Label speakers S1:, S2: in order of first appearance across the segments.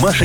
S1: Маша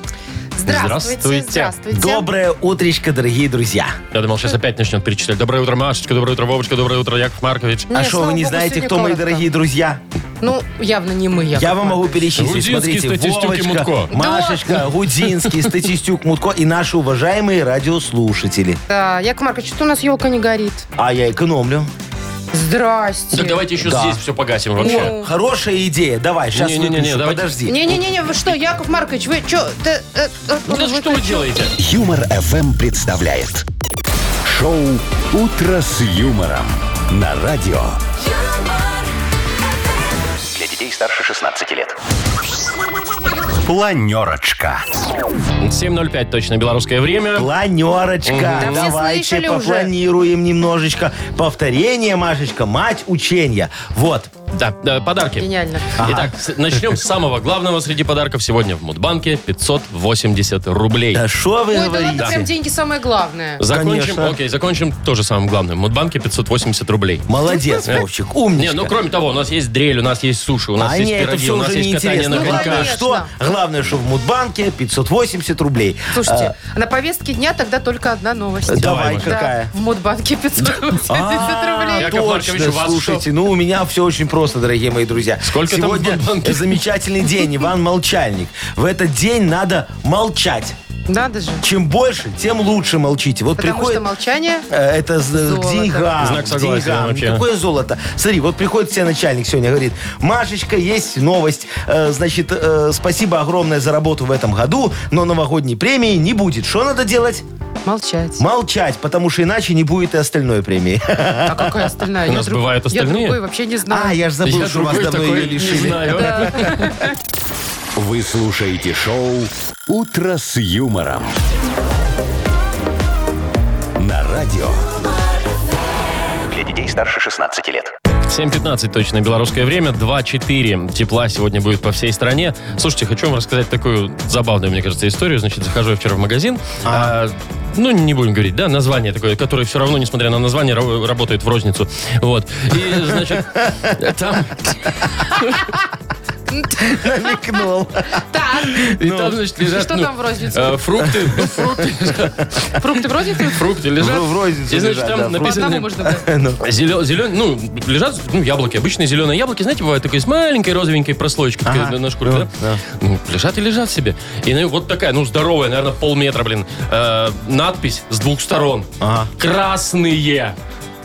S2: Здравствуйте.
S3: Здравствуйте. Здравствуйте.
S4: Доброе утречко, дорогие друзья.
S2: Я думал, сейчас опять начнет перечислять. Доброе утро, Машечка, доброе утро, Вовочка, доброе утро, Яков Маркович.
S3: Не,
S4: а что,
S3: слава
S4: вы не
S3: богу,
S4: знаете,
S3: сегодня
S4: кто мои
S3: коротко.
S4: дорогие друзья?
S3: Ну, явно не мы. Яков
S4: Я вам могу
S3: Маркович.
S4: перечислить.
S2: Гудинский,
S4: Смотрите,
S2: Статистюк и
S4: Вовочка,
S2: Мутко.
S4: Машечка, Гудинский, Статистюк, Мутко и наши уважаемые радиослушатели.
S3: Да, Яков Маркович, что у нас елка не горит?
S4: А я экономлю.
S3: Здрасте.
S2: Так давайте еще
S4: Да.
S2: здесь все погасим вообще.
S3: Ну.
S4: Хорошая идея. Давай, сейчас
S2: Не-не-не,
S4: выключу.
S2: давайте.
S4: Подожди.
S3: Не-не-не, вы что, Яков Маркович, вы э, что?
S2: Ну, Да что вы делаете?
S1: Юмор ФМ представляет. Шоу «Утро с юмором» на радио. Для детей старше 16 лет. Планерочка.
S2: 7.05 точно белорусское время.
S4: Планерочка.
S3: Да все
S4: Давайте
S3: слышали уже.
S4: попланируем немножечко. Повторение, Машечка, мать учения. Вот.
S2: Да, да, подарки.
S3: Гениально.
S2: Итак, с- начнем с самого главного среди подарков. Сегодня в Мудбанке 580 рублей.
S4: Да что вы
S3: Ой, да
S4: говорите?
S3: ладно, прям деньги самое главное.
S2: Закончим,
S4: конечно.
S2: окей, закончим тоже самым главным. В Мудбанке 580 рублей. Э?
S4: Молодец, Вовчик,
S2: Не,
S4: умничка.
S2: ну кроме того, у нас есть дрель, у нас есть суши, у нас
S4: а
S2: есть
S4: не, это
S2: пироги,
S4: все
S2: у нас
S4: уже
S2: есть катание
S4: неинтересно. Ну,
S2: на
S4: Главное,
S2: коньках.
S3: коньках.
S4: что,
S3: Конечно.
S4: главное, что в Мудбанке 580 рублей.
S3: Слушайте, на повестке дня тогда только одна новость.
S4: А. Давай,
S2: давай,
S3: Да,
S4: какая?
S3: в Модбанке 580 рублей.
S2: Яков Маркович, у
S4: А, Точно,
S2: вас
S4: слушайте, ну у меня все очень просто, дорогие мои друзья.
S2: Сколько там в
S4: Сегодня
S2: Мудбанке?
S4: замечательный день, Иван Молчальник. В этот день надо молчать.
S3: Надо же.
S4: Чем больше, тем лучше молчите. Вот
S3: Потому
S4: приходит...
S3: что молчание...
S4: Э, Это з-
S3: Золото.
S4: к деньгам.
S2: Знак
S4: к
S2: согласия
S4: деньгам.
S2: вообще.
S4: Какое золото? Смотри, вот приходит тебе начальник сегодня, говорит, Машечка, есть новость. Э, Значит, э, спасибо огромное за работу в этом году, но новогодней премии не будет. Что надо делать?
S3: Молчать.
S4: Молчать, потому что иначе не будет и остальной премии.
S3: А какая остальная?
S2: У
S3: Я
S2: нас
S3: друг-
S2: бывают
S3: Я
S2: остальные?
S3: другой вообще не знаю.
S4: А, я же забыл,
S2: Я
S4: что вас
S2: другой
S4: давно
S2: такой
S4: ее
S2: не
S4: лишили.
S2: знаю.
S1: Вы слушаете шоу «Утро с юмором» на радио. Для детей старше 16 лет.
S2: 7.15 точно белорусское время, 2.4 тепла сегодня будет по всей стране. Слушайте, хочу вам рассказать такую забавную, мне кажется, историю. Значит, захожу я вчера в магазин, а, ну, не будем говорить, да, название такое, которое все равно, несмотря на название, ра- работает в розницу. Вот. И, значит, там,
S4: Намекнул.
S3: Так,
S2: и там, значит, лежат...
S3: что
S2: ну,
S3: там в розницу?
S2: э, Фрукты, ну, фрукты лежат.
S3: фрукты вроде тут?
S2: Фрукты лежат.
S4: В- в розницу
S2: И, значит,
S4: лежат,
S2: там
S4: да,
S3: По одному
S2: написано...
S3: можно брать.
S2: Зелен, ну, лежат, ну, яблоки, обычные зеленые яблоки, знаете, бывают такие с маленькой розовенькой прослоечкой такая
S4: Ага.
S2: на шкурке, да? Ну, лежат и лежат себе. И ну, вот такая, ну, здоровая, наверное, полметра, блин, э, надпись с двух сторон.
S4: Ага.
S2: Красные.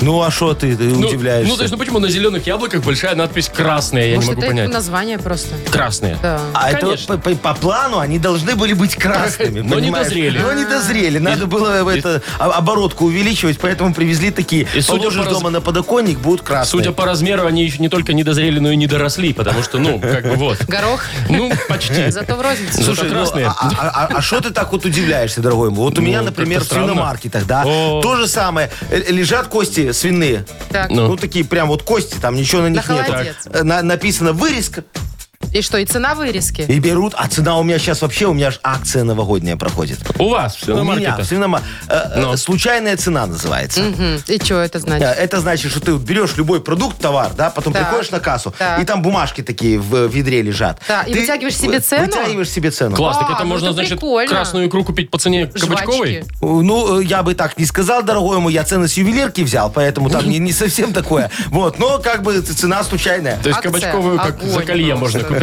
S4: Ну а что ты, ты
S2: Ну,
S4: удивляешься?
S2: Ну, то есть, ну, почему на зеленых яблоках большая надпись красная, я
S3: Может,
S2: не могу
S3: это их
S2: понять.
S3: название просто.
S2: Красные.
S3: Да.
S4: а это вот
S2: конечно.
S4: по, по- по плану они должны были быть красными.
S2: Но не
S4: понимаешь?
S2: дозрели.
S4: Но не дозрели. Надо было в это, о- оборотку увеличивать, поэтому привезли такие.
S2: И судя
S4: Положишь
S2: по раз-
S4: дома на подоконник, будут красные.
S2: Судя по размеру, они еще не только не дозрели, но и не доросли, потому что, ну, как бы вот.
S3: Горох.
S2: Ну, почти.
S3: Зато в розницу.
S2: Слушай,
S4: Слушай, ну,
S2: красные.
S4: а- а а что ты так вот удивляешься, дорогой мой? Вот у
S2: Ну,
S4: меня,
S2: как-то
S4: например, в
S2: странно.
S4: свиномаркетах, да,
S2: О.
S4: то же самое. Э, Лежат кости свиные.
S3: Так.
S2: Ну.
S4: Ну, такие прям вот кости, там ничего на них нет.
S3: холодец.
S4: Э, на- написано вырезка.
S3: И что, и цена вырезки?
S4: И берут, а цена у меня сейчас вообще, у меня аж акция новогодняя проходит.
S2: У вас все
S4: У
S2: на
S4: меня
S2: маркете.
S4: в свинома- э, э,
S2: Ну.
S4: Случайная цена называется.
S3: Мгм. Хм. И что это
S4: Э,
S3: значит?
S4: Это значит, что ты вот берешь любой продукт, товар, да, потом
S3: Так.
S4: приходишь на кассу,
S3: Так.
S4: и там бумажки такие в ведре лежат.
S3: Да, и
S4: Ты
S3: вытягиваешь себе
S4: вы-
S3: цену?
S4: Вытягиваешь себе цену.
S2: Класс, так
S3: А,
S2: это
S3: ну
S2: можно,
S3: это
S2: значит,
S3: прикольно.
S2: красную икру купить по цене кабачковой?
S3: Жвачки.
S4: Ну, э, я бы так не сказал, дорогой мой, я цены с ювелирки взял, поэтому там не, не совсем такое. Вот, но как бы ц- цена случайная.
S2: То есть
S3: Акция.
S2: кабачковую как
S3: Огонь
S2: за колье
S3: просто,
S2: можно купить.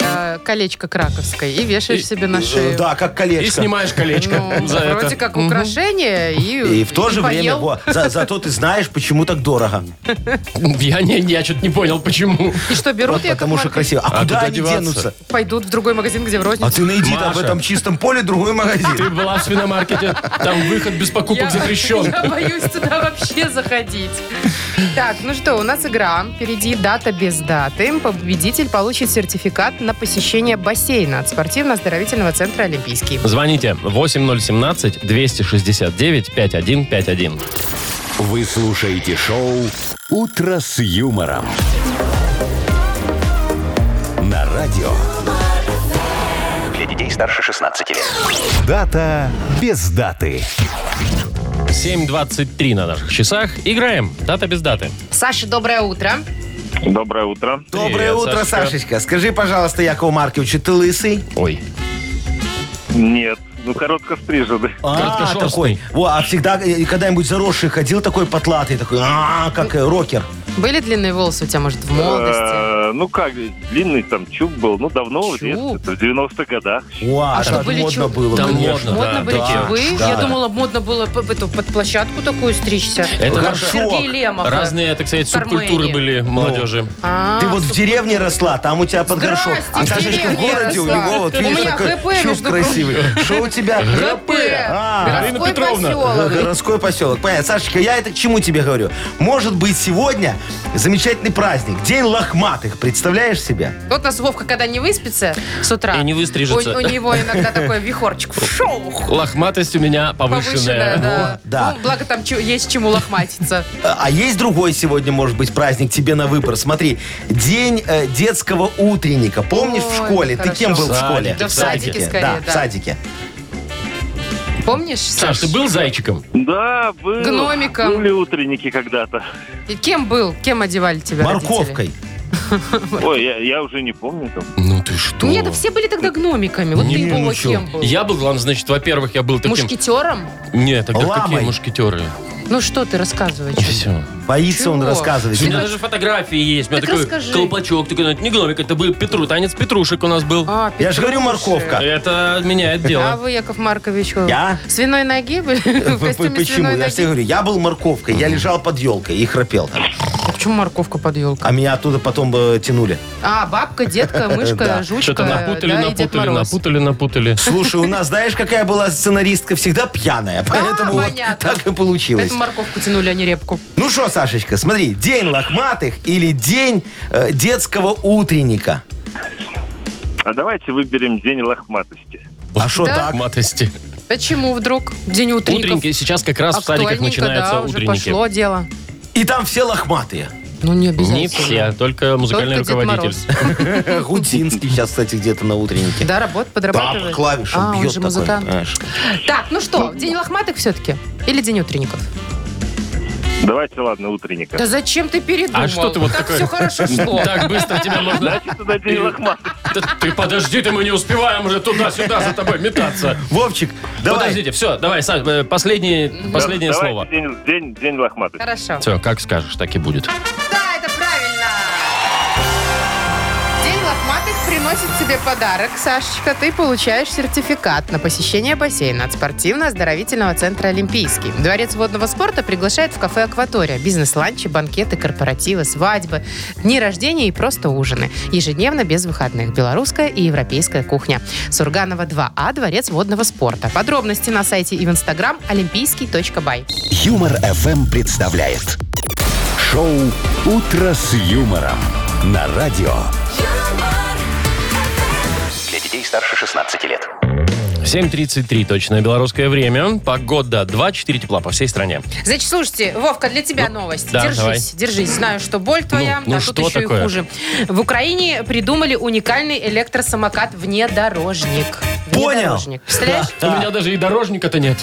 S3: э, колечко краковское и вешаешь
S2: И-
S3: себе на
S4: Э,
S3: шею.
S4: Да, как
S2: И
S4: колечко.
S2: снимаешь колечко
S3: Ну,
S2: за это.
S3: вроде как украшение и
S4: И в то же
S3: и
S4: время,
S3: поел.
S4: во, за- зато ты знаешь, почему так дорого.
S2: Я, не, я что-то не понял, почему.
S3: И что, берут,
S4: Вот
S3: я
S4: потому что красиво.
S2: А
S4: А куда
S2: куда
S4: они
S2: деваться?
S4: денутся?
S3: пойдут в другой магазин, где в
S4: А
S3: розницу.
S4: ты найди там в
S2: Маша.
S4: этом чистом поле другой
S2: Ты
S4: магазин.
S2: была в свиномаркете, там выход без покупок запрещен.
S3: я боюсь туда вообще заходить. Так, ну что, у нас игра. Впереди дата без даты. Победитель получит сертификат на посещение бассейна от спортивно-оздоровительного центра «Олимпийский».
S2: Звоните 8017-269-5151.
S1: Вы слушаете шоу «Утро с юмором». На радио. Для детей старше 16 лет. Дата без даты.
S2: 7.23 на наших часах. Играем. Дата без даты.
S3: Саша, доброе утро.
S5: Доброе утро.
S4: Доброе утро,
S2: Сашечка.
S4: Сашечка. Скажи, пожалуйста, Якову Марковичу, ты лысый?
S2: Ой.
S5: Нет, ну коротко стрижены.
S4: А,
S2: Короткошерстный.
S4: такой. Во, а всегда, э, когда-нибудь заросший ходил такой потлатый, такой, а, как э, рокер.
S3: Были длинные волосы у тебя, может, в
S4: А
S3: молодости?
S5: Э, Ну как, длинный там чуб был, ну давно, в
S3: Чуб?
S5: детстве, это в 90-х годах.
S4: Уа,
S3: А что,
S4: так
S3: были
S4: модно
S3: чуб-
S4: было,
S2: Там
S4: конечно.
S2: модно,
S3: Модно
S2: да,
S3: были
S2: да,
S3: чубы.
S4: да.
S3: Я думала, модно было п- эту, под площадку такую стричься.
S2: Это
S3: Как
S4: горшок.
S3: Сергей Лемов.
S2: Разные, так сказать,
S3: Кармени.
S2: субкультуры были молодежи.
S3: А,
S4: Ты вот в деревне росла, там у тебя под горшок.
S3: Здрасте,
S4: А Сашечка в
S3: деревня
S4: городе, у
S3: росла.
S4: него вот,
S3: У
S4: видишь,
S3: меня
S4: такой
S3: ХП,
S4: чуб
S3: между прочим.
S4: красивый. Что у тебя?
S3: ХП.
S4: А,
S2: Марина
S3: Городской
S2: Петровна.
S4: Г-
S3: поселок.
S4: Городской поселок. Понятно. Сашечка, я это к чему тебе говорю? Может быть, сегодня замечательный праздник. День лохматых. Представляешь себе?
S3: Вот у нас Вовка, когда не выспится с утра,
S2: И не выстрижется.
S3: У, у него иногда такой вихорчик. Шоу!
S2: Лохматость у меня повышенная.
S3: Повышенная, да.
S4: Во, да.
S3: Ну, благо там чё- есть чему лохматиться.
S4: А а есть другой сегодня, может быть, праздник тебе на выбор. Смотри, день э, детского утренника. Помнишь в
S3: Ой,
S4: школе?
S3: хорошо.
S4: Ты кем был в
S2: Садик,
S4: школе?
S3: да в садике скорее,
S4: Да, в
S3: да.
S4: садике.
S3: Помнишь,
S2: Саш,
S3: Саш?
S2: ты был зайчиком?
S5: Да, был.
S3: Гномиком.
S5: Были утренники когда-то.
S3: И кем был? Кем одевали тебя родители?
S4: Морковкой.
S5: Ой, я, я уже не помню там.
S2: Ну ты что?
S3: Нет, да все были тогда гномиками. Вот ты, Вова, кем был?
S2: Я был, ладно, значит, во-первых, я был таким...
S3: Мушкетером?
S2: Нет, тогда какие
S4: Ламой.
S2: мушкетеры?
S3: Ну что ты, рассказывай. чё?
S2: Все.
S4: Боится он
S3: Чего?
S4: рассказывать.
S2: У меня даже фотографии есть. У меня
S3: Так
S2: такой
S3: расскажи.
S2: колпачок, такой, ну, это не гномик, это был Петру, танец Петрушек у нас был.
S3: А,
S4: Я же говорю,
S3: Петруши.
S4: морковка.
S2: Это меняет
S3: А
S2: дело.
S3: вы, Яков Маркович,
S4: Я?
S3: свиной ноги были? В
S4: П- п-
S3: костюме
S4: Почему?
S3: свиной
S4: Я же
S3: ноги?
S4: тебе говорю, я был морковкой, я лежал под елкой и храпел там.
S3: А Почему морковка под елкой?
S4: А меня оттуда потом э, тянули.
S3: А, бабка, детка,
S4: Да.
S3: мышка, жучка.
S2: Что-то напутали,
S3: да, и Дед
S2: напутали,
S3: Мороз.
S2: напутали, напутали.
S4: Слушай, у нас, знаешь, какая была сценаристка? Всегда пьяная, поэтому вот
S3: А, понятно.
S4: так и получилось.
S3: Поэтому морковку тянули, а не репку.
S4: Ну что, Сашечка, смотри, день лохматых или день э, детского утренника?
S5: А давайте выберем день лохматости.
S4: А что
S3: Да.
S4: так?
S2: Матости.
S3: Почему вдруг день утренников?
S2: Утренники сейчас как раз в садиках
S3: Актуальненько,
S2: начинаются
S3: да, уже
S2: утренники.
S3: пошло дело.
S4: И там все лохматые.
S3: Ну, не обязательно.
S2: Не все, только музыкальный
S3: Только Дед
S2: руководитель.
S3: Мороз.
S4: Гудинский сейчас, кстати, где-то на утреннике.
S3: Да, работает,
S4: Да,
S3: подрабатывает.
S4: клавиш,
S3: а,
S4: он
S3: он
S4: бьет
S3: же
S4: такой,
S3: музыкант.
S4: понимаешь.
S3: Так, ну что, день лохматых все-таки? Или день утренников?
S5: Давайте, ладно, утренника.
S3: Да зачем ты передумал?
S2: А что ты вот
S3: так
S2: такой-
S3: все хорошо шло.
S2: Так быстро тебя можно...
S5: Значит, тогда день лохматости.
S2: Да Ты подожди, ты мы не успеваем уже туда-сюда за тобой метаться.
S4: Вовчик, давай.
S2: Подождите, все, давай, Саш, э, последнее, последнее
S5: Да,
S2: слово.
S5: давайте День, день, день лохматости.
S3: Хорошо.
S2: Все, как скажешь, так и будет.
S3: Да, это правильно. День лохматых приносит тебе подарок. Сашечка, ты получаешь сертификат на посещение бассейна от спортивно-оздоровительного центра «Олимпийский». Дворец водного спорта приглашает в кафе «Акватория». Бизнес-ланчи, банкеты, корпоративы, свадьбы, дни рождения и просто ужины. Ежедневно без выходных. Белорусская и европейская кухня. Сурганова 2А, Дворец водного спорта. Подробности на сайте и в инстаграм олимпийский.бай.
S1: Юмор FM представляет шоу Утро с юмором на радио. Для детей старше 16 лет.
S2: 7.33 точное белорусское время. Погода 2-4 тепла по всей стране.
S3: Значит, слушайте, Вовка, для тебя новость.
S2: Ну, да,
S3: держись,
S2: давай.
S3: держись. Знаю, что боль твоя,
S2: ну
S3: а
S2: что
S3: тут еще
S2: такое?
S3: и хуже. В Украине придумали уникальный электросамокат внедорожник.
S4: Понял.
S3: Внедорожник. Представляешь?
S2: У меня даже и дорожника-то нет.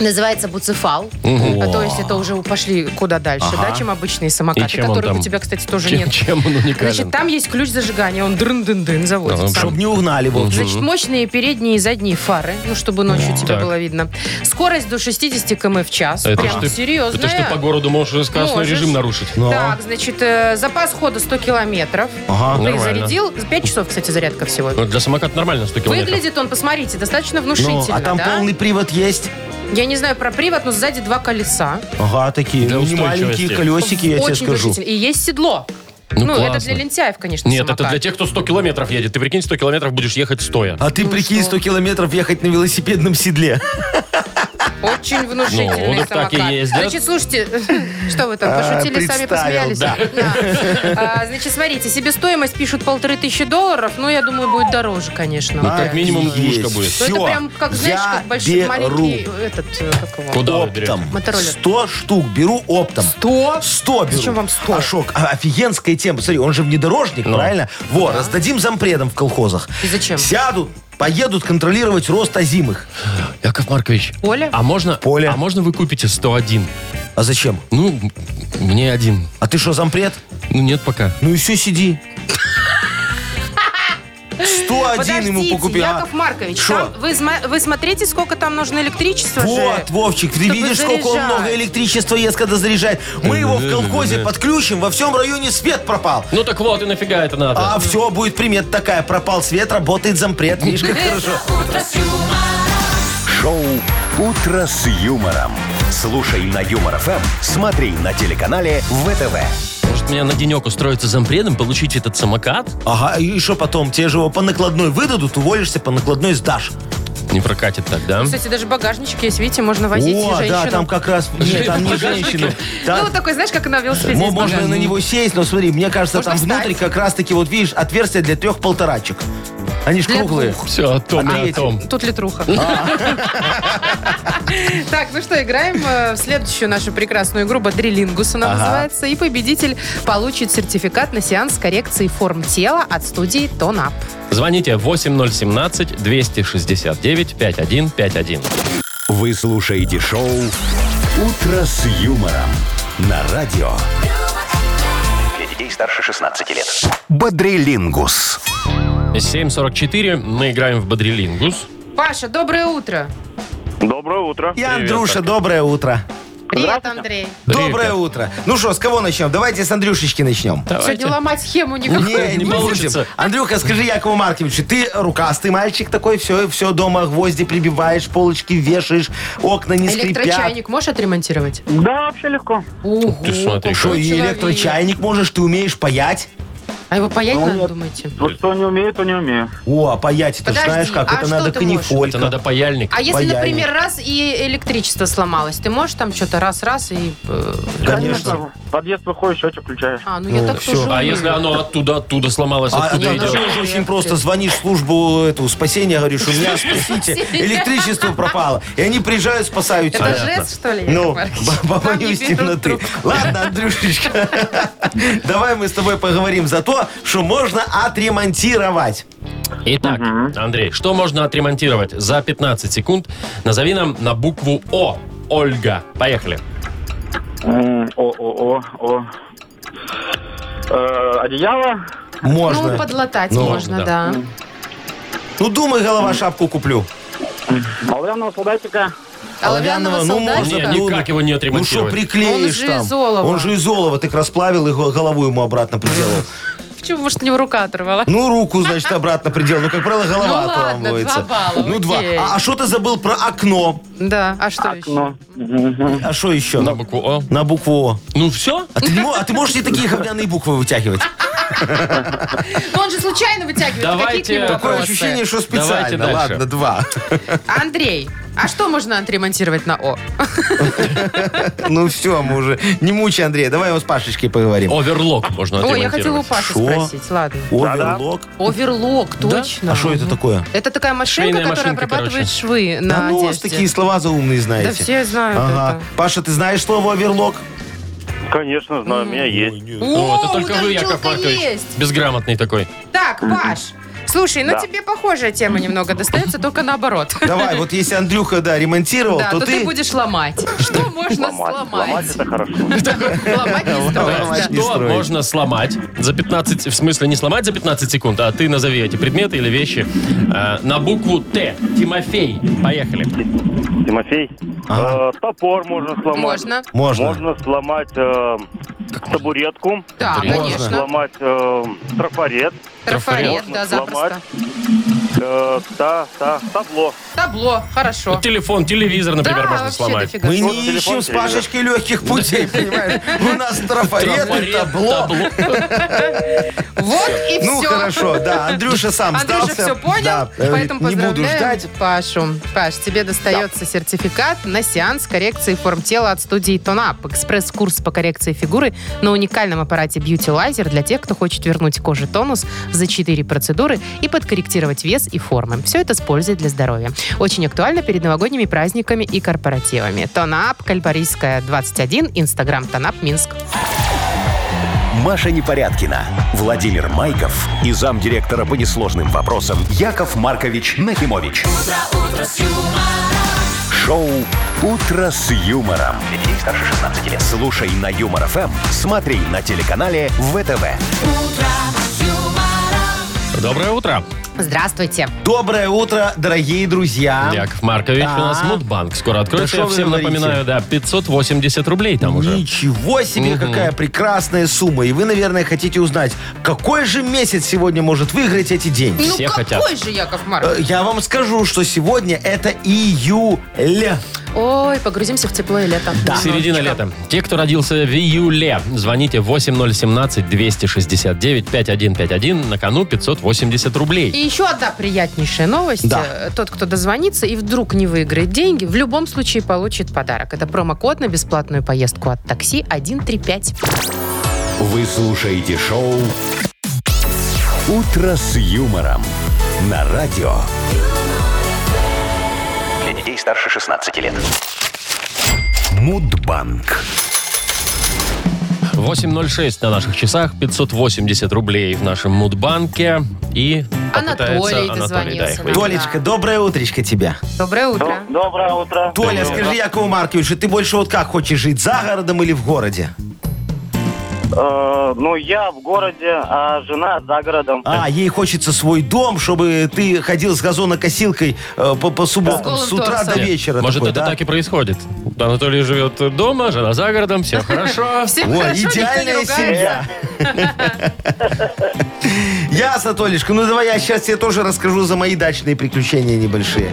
S3: Называется буцефал. А то есть это уже пошли куда дальше, да, чем обычные
S2: И
S3: самокаты,
S2: чем он
S3: которых
S2: там?
S3: у тебя, кстати, тоже
S2: Чем,
S3: нет.
S2: чем он уникален?
S3: Значит, там есть ключ зажигания, он дрын-дын-дын заводится.
S2: Да,
S4: Чтоб не угнали, Вовчик.
S3: Значит, мощные передние и задние фары, ну, чтобы ночью тебе
S2: Так.
S3: было видно. Скорость до 60 км в час.
S2: Это ж
S3: Прям
S2: ты-
S3: серьезно.
S2: Это что по городу можешь скоростной
S3: Можешь.
S2: режим нарушить?
S4: Ну,
S3: Так, значит, э, запас хода 100 километров.
S4: ага. Э,
S3: Ты
S2: Нормально.
S3: зарядил. 5 часов, кстати, зарядка всего.
S2: Ну, для самоката нормально 100 километров.
S3: Выглядит он, посмотрите, достаточно
S4: Ну,
S3: внушительно,
S4: а там
S3: да?
S4: полный привод есть?
S3: Я не знаю про привод, но сзади два колеса.
S4: Ага, такие.
S2: Для
S4: ну, не
S2: устойчивости.
S4: маленькие колесики, я тебе
S3: Очень
S4: скажу.
S3: внушительно. И есть седло.
S2: Ну,
S3: это
S2: классно.
S3: для лентяев, конечно,
S2: Нет,
S3: самокат.
S2: это для тех, кто 100 километров едет. Ты прикинь, 100 километров будешь ехать стоя.
S4: А ты прикинь,
S3: Ну что?
S4: 100 километров ехать на велосипедном седле.
S3: Очень внушительный
S2: Ну, вот так и
S3: самокат.
S2: ездят.
S3: Значит, слушайте, что вы там,
S4: А,
S3: пошутили, сами
S4: представил,
S3: посмеялись?
S4: да.
S3: Да. А, Значит, смотрите, себестоимость пишут полторы тысячи долларов, но я думаю, будет дороже, конечно.
S2: Ну,
S3: Да.
S2: как минимум, двушка будет.
S3: Ну,
S4: Все,
S3: это прям, как, знаешь, как большой, маленький э, этот, э, как его?
S2: Куда вы берете?
S4: Оптом.
S3: Мотороллер.
S4: 100 штук беру оптом.
S3: 100?
S4: 100 беру.
S3: Зачем вам 100?
S4: А шок, а, офигенская тема. Смотри, он же внедорожник, правильно? Во, раздадим зампредом в колхозах.
S3: И зачем?
S4: Сядут, поедут контролировать рост озимых.
S2: Яков Маркович,
S3: Оля?
S2: а можно,
S4: Поле.
S2: а можно вы купите 101?
S4: А зачем?
S2: Ну, м- мне один.
S4: А ты что, зампред?
S2: Ну, нет пока.
S4: Ну и все, сиди. 101 ему
S3: Подождите,
S4: покупил. а?
S3: Яков Маркович,
S4: Шо?
S3: там вы, зма- вы смотрите, сколько там нужно электричества же?
S4: Вот, Вовчик, ты
S3: чтобы
S4: видишь, сколько он
S3: заряжать.
S4: много электричества ест, когда заряжает. Мы его в колхозе подключим, во всем районе свет пропал.
S2: Ну так вот, и нафига это надо?
S4: А все, будет примет такая. Пропал свет, работает зампред. Видишь, как хорошо.
S1: Шоу «Утро с юмором». Слушай на Юмор ФМ, смотри на телеканале ВТВ.
S2: Может, меня на денек устроиться зампредом, получить этот самокат?
S4: Ага, и что потом? Те же его по накладной выдадут, уволишься, по накладной сдашь.
S2: Не прокатит так, да?
S3: Кстати, даже багажничек есть, видите, можно возить и
S4: О, да,
S3: женщину.
S4: там как раз... Нет, там не женщину.
S3: Ну,
S4: Там-
S3: вот такой, знаешь, как на велосипеде.
S4: Мо-
S3: из
S4: можно
S3: багажника.
S4: на него сесть, но смотри, мне кажется,
S3: Можно
S4: там
S3: встать.
S4: внутри как раз-таки, вот видишь, отверстие для трех полторачек. Они ж
S3: Для
S4: круглые.
S2: Все, о том, и о
S4: Ответил.
S2: том.
S3: Тут литруха.
S4: А.
S3: Так, ну что, играем э, в следующую нашу прекрасную игру «Бодрилингус» она называется. И победитель получит сертификат на сеанс коррекции форм тела от студии «Тонап».
S2: Звоните 8017-269-5151.
S1: Вы слушаете шоу «Утро с юмором» на радио.
S6: Для детей старше 16 лет.
S1: Бодрилингус.
S2: 7.44, мы играем в Бодрилингус.
S3: Паша, доброе утро.
S5: Доброе утро.
S4: И, Андрюша, доброе утро.
S3: Привет, Андрей.
S2: Привет.
S4: Доброе утро. Ну что, с кого начнем? Давайте с Андрюшечки начнем.
S2: Давайте.
S3: Сегодня ломать схему никакой.
S4: Не, не
S2: Не получится.
S4: получится. Андрюха, скажи Якову Марковичу, ты рукастый мальчик такой, все, все дома гвозди прибиваешь, полочки вешаешь, окна не скрипят.
S3: Электрочайник можешь отремонтировать?
S7: Да, вообще легко.
S3: Ого,
S2: ты смотри,
S4: Что,
S3: какой
S4: и
S3: человек.
S4: электрочайник можешь, ты умеешь паять?
S3: А его паять
S7: Ну,
S3: надо,
S7: нет.
S3: думаете?
S7: Вот что не умею, то не умею.
S4: О, а паять, ты ж
S3: Подожди,
S4: знаешь как,
S3: а
S4: это
S3: что
S4: надо
S3: ты можешь?
S2: Это
S4: канифолька.
S2: надо паяльник.
S3: А если,
S4: Паяльник.
S3: например, раз и электричество сломалось, ты можешь там что-то раз-раз и... э,
S4: Конечно.
S7: В подъезд выходишь, счетчик включаешь.
S3: А, ну я
S4: Ну,
S3: так
S4: всё.
S3: тоже
S2: А
S3: умею.
S2: если оно оттуда-оттуда сломалось,
S4: А
S2: откуда
S4: там
S3: идет?
S4: тоже
S2: идет?
S4: уже очень просто. Звонишь в службу эту, спасения, говоришь, у меня, спасите, электричество пропало. И они приезжают, спасают тебя.
S3: Это жест, что ли, Яков
S4: Ну,
S3: Маркович?
S4: бо-
S3: Вам не
S4: побоюсь
S3: берут
S4: темноты.
S3: трубку.
S4: Ладно, Андрюшечка, давай мы с тобой поговорим за то, что можно отремонтировать.
S2: Итак, Андрей, что можно отремонтировать за 15 секунд? Назови нам на букву О. Ольга. Поехали.
S7: М, О, о, о, о. Э, Одеяло.
S3: Ну,
S4: Можно.
S3: подлатать
S2: Ну,
S3: можно, да.
S4: Ну, думай, голова, шапку куплю.
S7: Оловянного а солдатика.
S3: Оловянного
S4: ну,
S3: А солдатика?
S4: можно.
S2: Не, никак его не
S4: Ну, что
S2: отремонтировать.
S4: приклеишь
S3: Он же
S4: там?
S3: из олова.
S4: Он же из олова. Ты голову и го- голову ему обратно приделал.
S3: Почему, может, у него рука оторвала?
S4: Ну, руку, значит, обратно приделал. Ну, как правило, голова
S3: Ну, ладно,
S4: отламывается.
S3: два балла,
S4: Ну, два.
S3: окей.
S4: А- А что ты забыл про окно?
S3: Да, а что еще?
S7: Окно. Мгм.
S4: А что еще?
S2: на букву О.
S4: На букву О.
S2: Ну все?
S4: А ты, не мо- а ты можешь не такие говняные буквы вытягивать?
S3: Ну, он же случайно вытягивает. Какие к
S2: Давайте
S3: нему
S4: Такое
S3: вопросы?
S4: ощущение, что
S2: Давайте
S4: специально.
S2: дальше.
S4: Ладно, два.
S3: Андрей, а что можно отремонтировать на О?
S4: Ну все, мы уже не мучай Андрея. Давай его с Пашечкой поговорим.
S2: Оверлок можно
S3: Ой, я хотела у
S2: отремонтировать.
S3: Паши
S4: Шо?
S3: спросить, ладно.
S4: Оверлок.
S3: Оверлок, точно.
S4: А что это такое?
S3: Это такая машинка,
S2: Швейная
S3: которая
S2: машинка,
S3: обрабатывает
S2: короче.
S3: швы
S4: Да
S3: на
S4: ну, у вас
S3: одежде.
S4: такие слова заумные
S3: Да
S4: знаете.
S3: все знают
S4: Ага. Паша, ты знаешь слово оверлок?
S5: Конечно, знаю, у меня есть.
S3: это.
S2: О, это
S3: у
S2: только
S3: Данилка
S2: вы, Яков Маркович.
S3: есть.
S2: Безграмотный такой.
S3: Так, Паш, слушай, ну
S5: Да.
S3: тебе похожая тема немного достается, только наоборот.
S4: Давай, вот если Андрюха, да, ремонтировал,
S3: Да,
S4: то,
S3: то ты будешь ломать. Что можно
S5: Ломать
S3: сломать?
S5: это хорошо.
S3: Ломать не
S4: Ломать
S3: стоит.
S4: не
S2: Что
S4: строить.
S2: можно сломать за 15... В смысле, не сломать за 15 секунд, а ты назови эти предметы или вещи э, на букву Т. Тимофей. Поехали.
S5: Тимофей,
S4: Ага.
S5: э, топор можно
S3: да.
S5: сломать.
S3: Можно.
S4: А. Можно.
S5: Можно сломать э, табуретку.
S3: Да,
S2: Можно.
S3: конечно.
S5: Сломать э, трафарет.
S3: Трафарет,
S5: Можно
S3: да, запросто.
S5: сломать. Э, та, та, табло.
S3: Табло, хорошо.
S2: Вот телефон, телевизор, например,
S3: да,
S2: можно
S3: вообще
S2: сломать.
S3: дофига.
S4: Мы
S5: Вот
S4: не
S5: телефон,
S4: ищем с
S5: телевизор.
S4: Пашечкой легких путей, понимаешь? У нас трафареты,
S2: Трафарет,
S4: табло.
S3: Вот и все.
S4: Ну, хорошо, да, Андрюша сам
S3: Андрюша
S4: сдался.
S3: все понял,
S4: Да, э,
S3: поэтому
S4: Не буду
S3: поздравляем
S4: ждать.
S3: Пашу. Паш, тебе достается сертификат на сеанс коррекции форм тела от студии Тонап. Экспресс-курс по коррекции фигуры на уникальном аппарате Beauty Laser для тех, кто хочет вернуть коже тонус за 4 процедуры и подкорректировать вес и формы. Все это с пользой для здоровья. Очень актуально перед новогодними праздниками и корпоративами. Тонап, Кальпарийская, 21, Инстаграм Тонап, Минск.
S1: Маша Непорядкина, Владимир Майков и замдиректора по несложным вопросам Яков Маркович Нахимович. Шоу Утро с юмором.
S6: Для детей старше 16 лет.
S1: Слушай на юмор ФМ, смотри на телеканале ВТВ.
S2: Доброе утро.
S3: Здравствуйте.
S4: Доброе утро, дорогие
S3: А?
S4: друзья.
S2: Яков Маркович, у нас
S4: Да.
S2: Мудбанк скоро откроется.
S4: Да
S2: Я
S4: что вы
S2: всем
S4: говорите?
S2: напоминаю, да, 580 рублей там уже.
S4: Ничего себе, какая прекрасная сумма. И вы, наверное, хотите узнать, какой же месяц сегодня может выиграть эти деньги?
S2: Все
S3: ну какой
S2: хотят.
S3: же Яков
S4: Э,
S3: Марк?
S4: Я вам скажу, что сегодня это июль.
S3: Ой, погрузимся в тепло и лето.
S2: Середина
S3: Немножечко.
S2: лета. Те, кто родился в июле, звоните 8017-269-5151. На кону 580
S3: И
S2: рублей.
S3: еще одна приятнейшая новость.
S4: Да.
S3: Э, Тот, кто дозвонится и вдруг не выиграет деньги, в любом случае получит подарок. Это промокод на бесплатную поездку от такси 135.
S1: Вы слушаете шоу Утро с юмором на радио.
S6: Для детей старше 16 лет.
S1: Мудбанк.
S2: 8.06 на наших часах, 580 рублей в нашем Мудбанке. И попытается
S3: Анатолий
S2: Анатолий, да,
S3: дозвонился
S2: их
S3: нам.
S2: выиграть.
S4: Толечка, доброе утречко тебе.
S3: Доброе утро.
S5: Доброе утро.
S4: Толя, скажи Якову Марковичу, ты больше вот как хочешь жить, за городом или в городе?
S5: Э, ну, я в городе, а жена за городом.
S4: А,
S2: Э.
S4: ей хочется свой дом, чтобы ты ходил с газонокосилкой э, по, по субботам,
S3: голым
S4: с утра
S3: торсом.
S4: до вечера.
S2: Может,
S4: такой,
S2: это
S4: да?
S2: так и происходит. Анатолий живет дома, жена за городом, все хорошо.
S3: Всем
S4: Во,
S3: хорошо, никто не
S4: идеальная
S3: ругается?
S4: семья. Ясно, Толечка. Ну давай я сейчас тебе тоже расскажу за мои дачные приключения небольшие.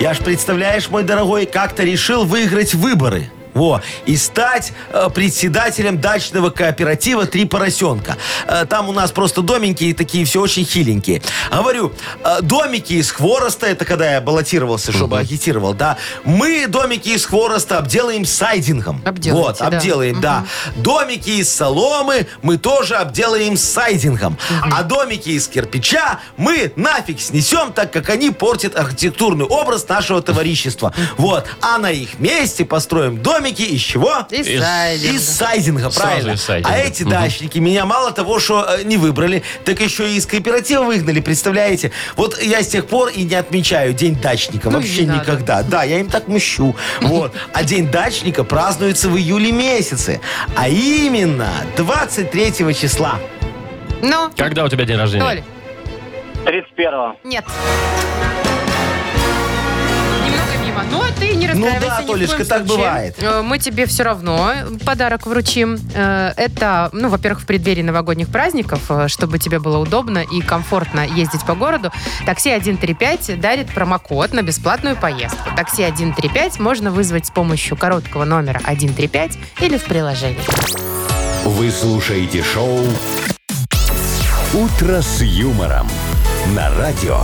S4: Я ж, представляешь, мой дорогой, как-то решил выиграть выборы. Во, и стать э, председателем дачного кооператива «Три поросенка». Э, там у нас просто домики и такие все очень хиленькие. Говорю, э, домики из хвороста, это когда я баллотировался, чтобы агитировал, да, мы домики из хвороста обделаем сайдингом.
S3: Обделаете,
S4: вот,
S3: да.
S4: обделаем, да. Домики из соломы мы тоже обделаем сайдингом. А домики из кирпича мы нафиг снесем, так как они портят архитектурный образ нашего товарищества. Вот. А на их месте построим домики из чего?
S3: И
S2: Из-
S3: Сайдинг.
S4: Из сайдинга,
S2: Сразу
S4: правильно.
S2: из сайдинга.
S4: А эти
S2: Мгм.
S4: дачники меня мало того, что э, не выбрали, так еще и из кооператива выгнали, представляете? Вот я с тех пор и не отмечаю День дачника
S3: Ну,
S4: вообще
S3: не надо.
S4: никогда. Да, я им так мщу. Вот. А День дачника празднуется в июле месяце. А именно 23 числа.
S3: Ну,
S2: Когда у тебя день рождения?
S3: Толь,
S5: 31-го.
S3: нет. Немного мимо. Ну, а ты не
S4: Ну
S3: расстраивайся
S4: да,
S3: ни в
S4: Толечка,
S3: коем
S4: так
S3: случае.
S4: бывает.
S3: Э, Мы тебе все равно подарок вручим. Э, Это, ну, во-первых, в преддверии новогодних праздников, э, чтобы тебе было удобно и комфортно ездить по городу, такси 135 дарит промокод на бесплатную поездку. Такси 135 можно вызвать с помощью короткого номера 135 или в приложении.
S1: Вы слушаете шоу Утро с юмором на радио.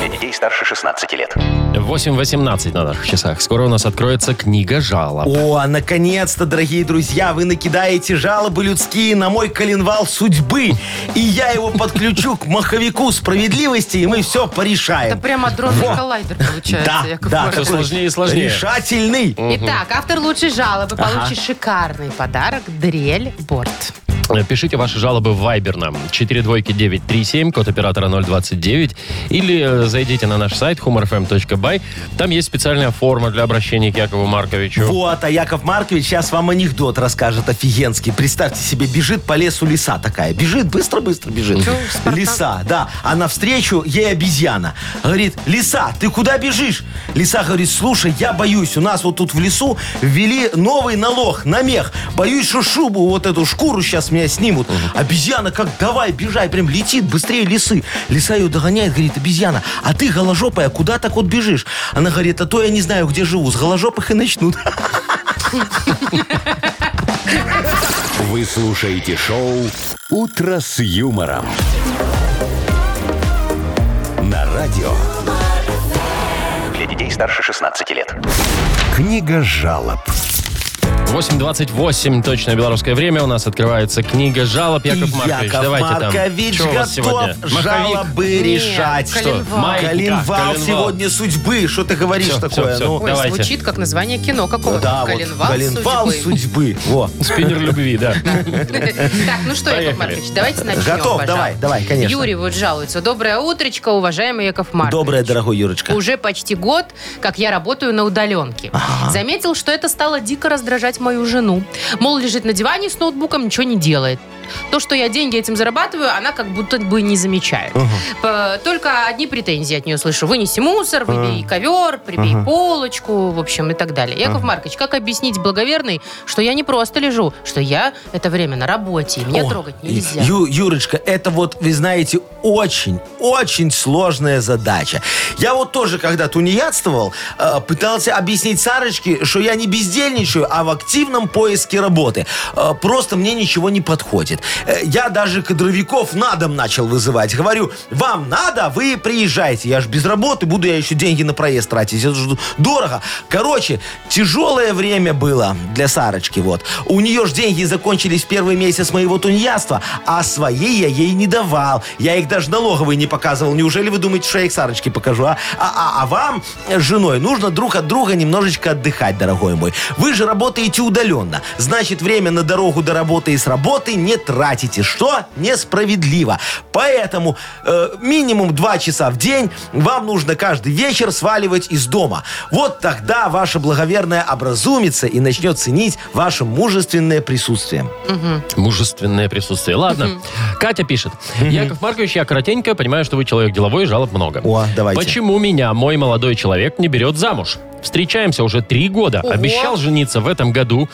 S6: Для детей старше 16 лет.
S2: 8.18 на наших часах. Скоро у нас откроется книга жалоб.
S4: О, а наконец-то, дорогие друзья, вы накидаете жалобы людские на мой коленвал судьбы. И я его подключу к маховику справедливости, и мы все
S3: Это
S4: порешаем.
S3: прямо дронный
S4: Во.
S3: коллайдер получается,
S4: Да,
S3: Яков
S4: да.
S3: Маркович.
S2: Все сложнее и сложнее.
S4: Решательный.
S3: Итак, автор лучшей жалобы получит шикарный подарок «Дрель Борт».
S2: Пишите ваши жалобы в Viber нам. 42937, код оператора 029. Или э, зайдите на наш сайт humorfm.by. Там есть специальная форма для обращения к Якову Марковичу.
S4: Вот, а Яков Маркович сейчас вам анекдот расскажет офигенский. Представьте себе, бежит по лесу лиса такая. Бежит, быстро-быстро бежит. Лиса, да. А навстречу ей обезьяна. Говорит, лиса, ты куда бежишь? Лиса говорит, слушай, я боюсь, у нас вот тут в лесу ввели новый налог на мех. Боюсь, что шубу, вот эту шкуру сейчас меня снимут. Обезьяна как давай, бежай, прям летит быстрее лисы. Лиса ее догоняет, говорит, обезьяна, а ты голожопая, куда так вот бежишь? Она говорит, а то я не знаю, где живу, с голожопых и начнут.
S1: Вы слушаете шоу «Утро с юмором». На радио
S6: Для детей старше 16 лет.
S1: «Книга жалоб».
S2: 8.28, точное белорусское время. У нас открывается книга жалоб. Яков
S4: И
S2: Маркович,
S4: Яков
S2: давайте
S4: Маркович
S2: там. Что у вас
S4: готов
S2: сегодня? Маховик?
S4: жалобы решать.
S3: Что? коленвал.
S2: Майки, да,
S4: Коленвал
S2: коленвал.
S4: сегодня судьбы. Что ты говоришь
S2: Всё,
S4: такое?
S2: всё, всё.
S4: Ну,
S3: Ой,
S2: Давайте.
S3: звучит как название кино какого-то.
S4: да, вот
S3: Коленвал,
S4: коленвал
S3: судьбы.
S4: судьбы. Во.
S2: Спиннер любви, да.
S3: Так, ну что,
S2: Поехали.
S3: Яков Маркович, давайте начнем.
S4: Готов,
S3: пожалуйста.
S4: давай, давай, конечно.
S3: Юрий вот жалуется. Доброе утречко, уважаемый Яков Маркович.
S4: Доброе, дорогой Юрочка.
S3: Уже почти год, как я работаю на удаленке. Заметил, что это стало дико раздражать мою жену. Мол, лежит на диване с ноутбуком, ничего не делает. То, что я деньги этим зарабатываю, она как будто бы не замечает. П- Только одни претензии от нее слышу. Вынеси мусор, выбей ковер, прибей полочку, в общем, и так далее. Яков Маркович, как объяснить благоверной, что я не просто лежу, что я это время на работе, и мне
S4: О,
S3: трогать
S4: и-
S3: нельзя?
S4: Ю- Юрочка, это вот, вы знаете, очень, очень сложная задача. Я вот тоже, когда тунеядствовал, э, пытался объяснить Сарочке, что я не бездельничаю, а в активном поиске работы. Э, Просто мне ничего не подходит. Э, Я даже кадровиков на дом начал вызывать. Говорю, вам надо, вы приезжайте. Я же без работы, буду я еще деньги на проезд тратить. Это же дорого. Короче, тяжелое время было для Сарочки. Вот. У нее же деньги закончились в первый месяц моего тунеядства, а свои я ей не давал. Я их даже налоговой не показывал. Неужели вы думаете, что я их Сарочке покажу? А, а, а- а вам, э, с женой, нужно друг от друга немножечко отдыхать, дорогой мой. Вы же работаете удаленно. Значит, время на дорогу до работы и с работы не тратите, что несправедливо. Поэтому э, минимум 2 часа в день вам нужно каждый вечер сваливать из дома. Вот тогда ваша благоверная образумится и начнет ценить ваше мужественное присутствие.
S2: Мужественное присутствие. Ладно. Катя пишет. Яков Маркович, я коротенько понимаю, что вы человек деловой, жалоб много.
S4: О, давайте.
S2: Почему меня мой молодой человек не берет замуж? Встречаемся уже три года.
S3: Ого.
S2: Обещал жениться в этом году.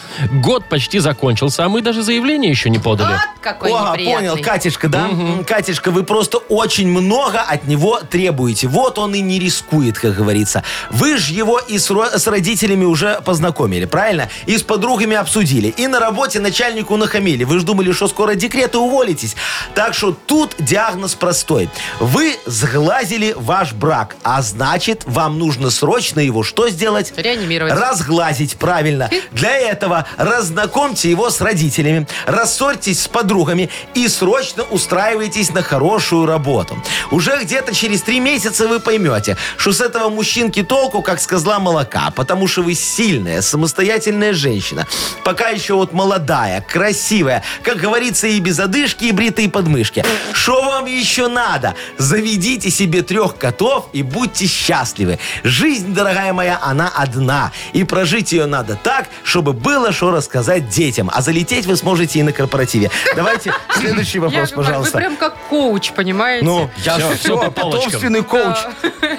S2: Год почти закончился, а мы даже заявление еще не подали.
S4: А!
S3: Вот какой
S4: Ага,
S3: неприятный.
S4: понял, Катюшка, да? М, Катюшка, вы просто очень много от него требуете. Вот он и не рискует, как говорится. Вы же его и с, ро- с родителями уже познакомили, правильно? И с подругами обсудили. И на работе начальнику нахамили. Вы же думали, что скоро декрет и уволитесь. Так что тут диагноз простой. Вы сглазили ваш брак, а значит, вам нужно срочно его что сделать?
S3: Реанимировать.
S4: Разглазить, правильно. Для этого разнакомьте его с родителями, рассорьтесь с подругами и срочно устраивайтесь на хорошую работу. Уже где-то через три месяца вы поймете, что с этого мужчинки толку, как с козла молока, потому что вы сильная, самостоятельная женщина. Пока еще вот молодая, красивая, как говорится, и без одышки, и бритые подмышки. Что вам еще надо? Заведите себе трех котов и будьте счастливы. Жизнь, дорогая моя, она одна. И прожить ее надо так, чтобы было что рассказать детям. А залететь вы сможете и на корпоративе. Давайте следующий вопрос,
S3: Яков Маркович, Вы
S4: пожалуйста.
S3: прям как коуч, понимаете?
S4: Ну, я
S2: Всё,
S4: все,
S2: всё по полочкам.
S4: потомственный коуч.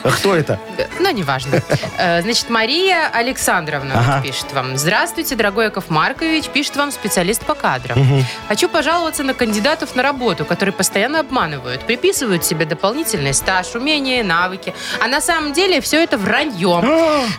S4: А Кто это?
S3: Ну, неважно. Э, Значит, Мария Александровна вот
S4: Ага.
S3: пишет вам. Здравствуйте, дорогой Яков Маркович. Пишет вам специалист по кадрам. Хочу пожаловаться на кандидатов на работу, которые постоянно обманывают. Приписывают себе дополнительный стаж, умения, навыки. А на самом деле все это
S2: А!
S3: вранье.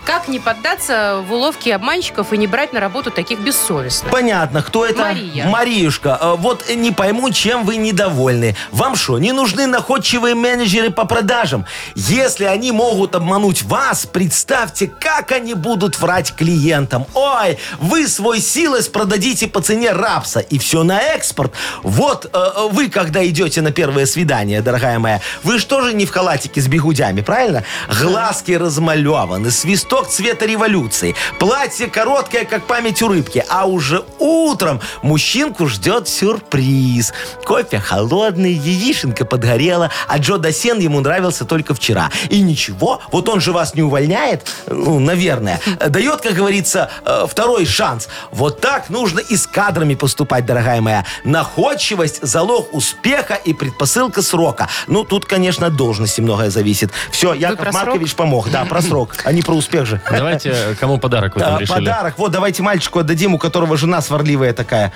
S3: как не поддаться в уловки обманщиков и не брать на работу таких бессовестных?
S4: Понятно, кто это?
S3: Мария.
S4: Мариюшка, э, вот э, не пойму, чем вы недовольны. Вам что, не нужны находчивые менеджеры по продажам? Если они могут обмануть вас, представьте, как они будут врать клиентам. Ой, вы свой силос продадите по цене рапса, и все на экспорт. Вот э, э, вы, когда идете на первое свидание, дорогая моя, вы же тоже не в халатике с бегудями, правильно? Глазки размалеваны, свисток лепесток цвета революции. Платье короткое, как память у рыбки. А уже утром мужчинку ждет сюрприз. Кофе холодный, яишенка подгорела, а Джо Досен ему нравился только вчера. И ничего, вот он же вас не увольняет, ну, наверное. Дает, как говорится, э, второй шанс. Вот так нужно и с кадрами поступать, дорогая моя. Находчивость – залог успеха и предпосылка срока. Ну, тут, конечно, от должности многое зависит. Все,
S3: про
S4: Яков Маркович
S3: срок?
S4: помог. Да, про срок, а не про успех же.
S2: Давайте, кому подарок вы там
S4: А,
S2: решили?
S4: Подарок. Вот, давайте мальчику отдадим, у которого жена сварливая такая.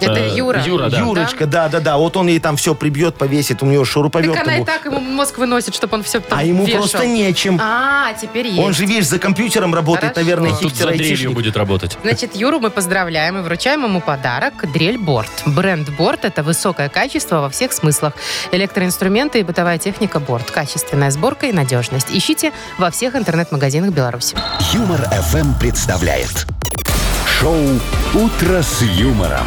S3: Это
S2: Э,
S3: Юра.
S2: Юра, да.
S4: Юрочка, да-да-да. Вот он ей там все прибьет, повесит. У нее шуруповерт.
S3: Так она и
S4: был.
S3: так ему мозг выносит, чтобы он все там
S4: А ему
S3: вешал.
S4: просто нечем.
S3: А, теперь есть.
S4: Он же, видишь, за компьютером работает,
S3: Хорошо.
S4: наверное,
S2: А Тут за дрелью
S4: хипстер-айтишник.
S2: будет работать.
S3: Значит, Юру мы поздравляем и вручаем ему подарок «Дрель-борт». Бренд «Борт» — это высокое качество во всех смыслах. Электроинструменты и бытовая техника «Борт». Качественная сборка и надежность. Ищите во всех интернет-магазинах Беларуси.
S1: Юмор FM представляет шоу Утро с юмором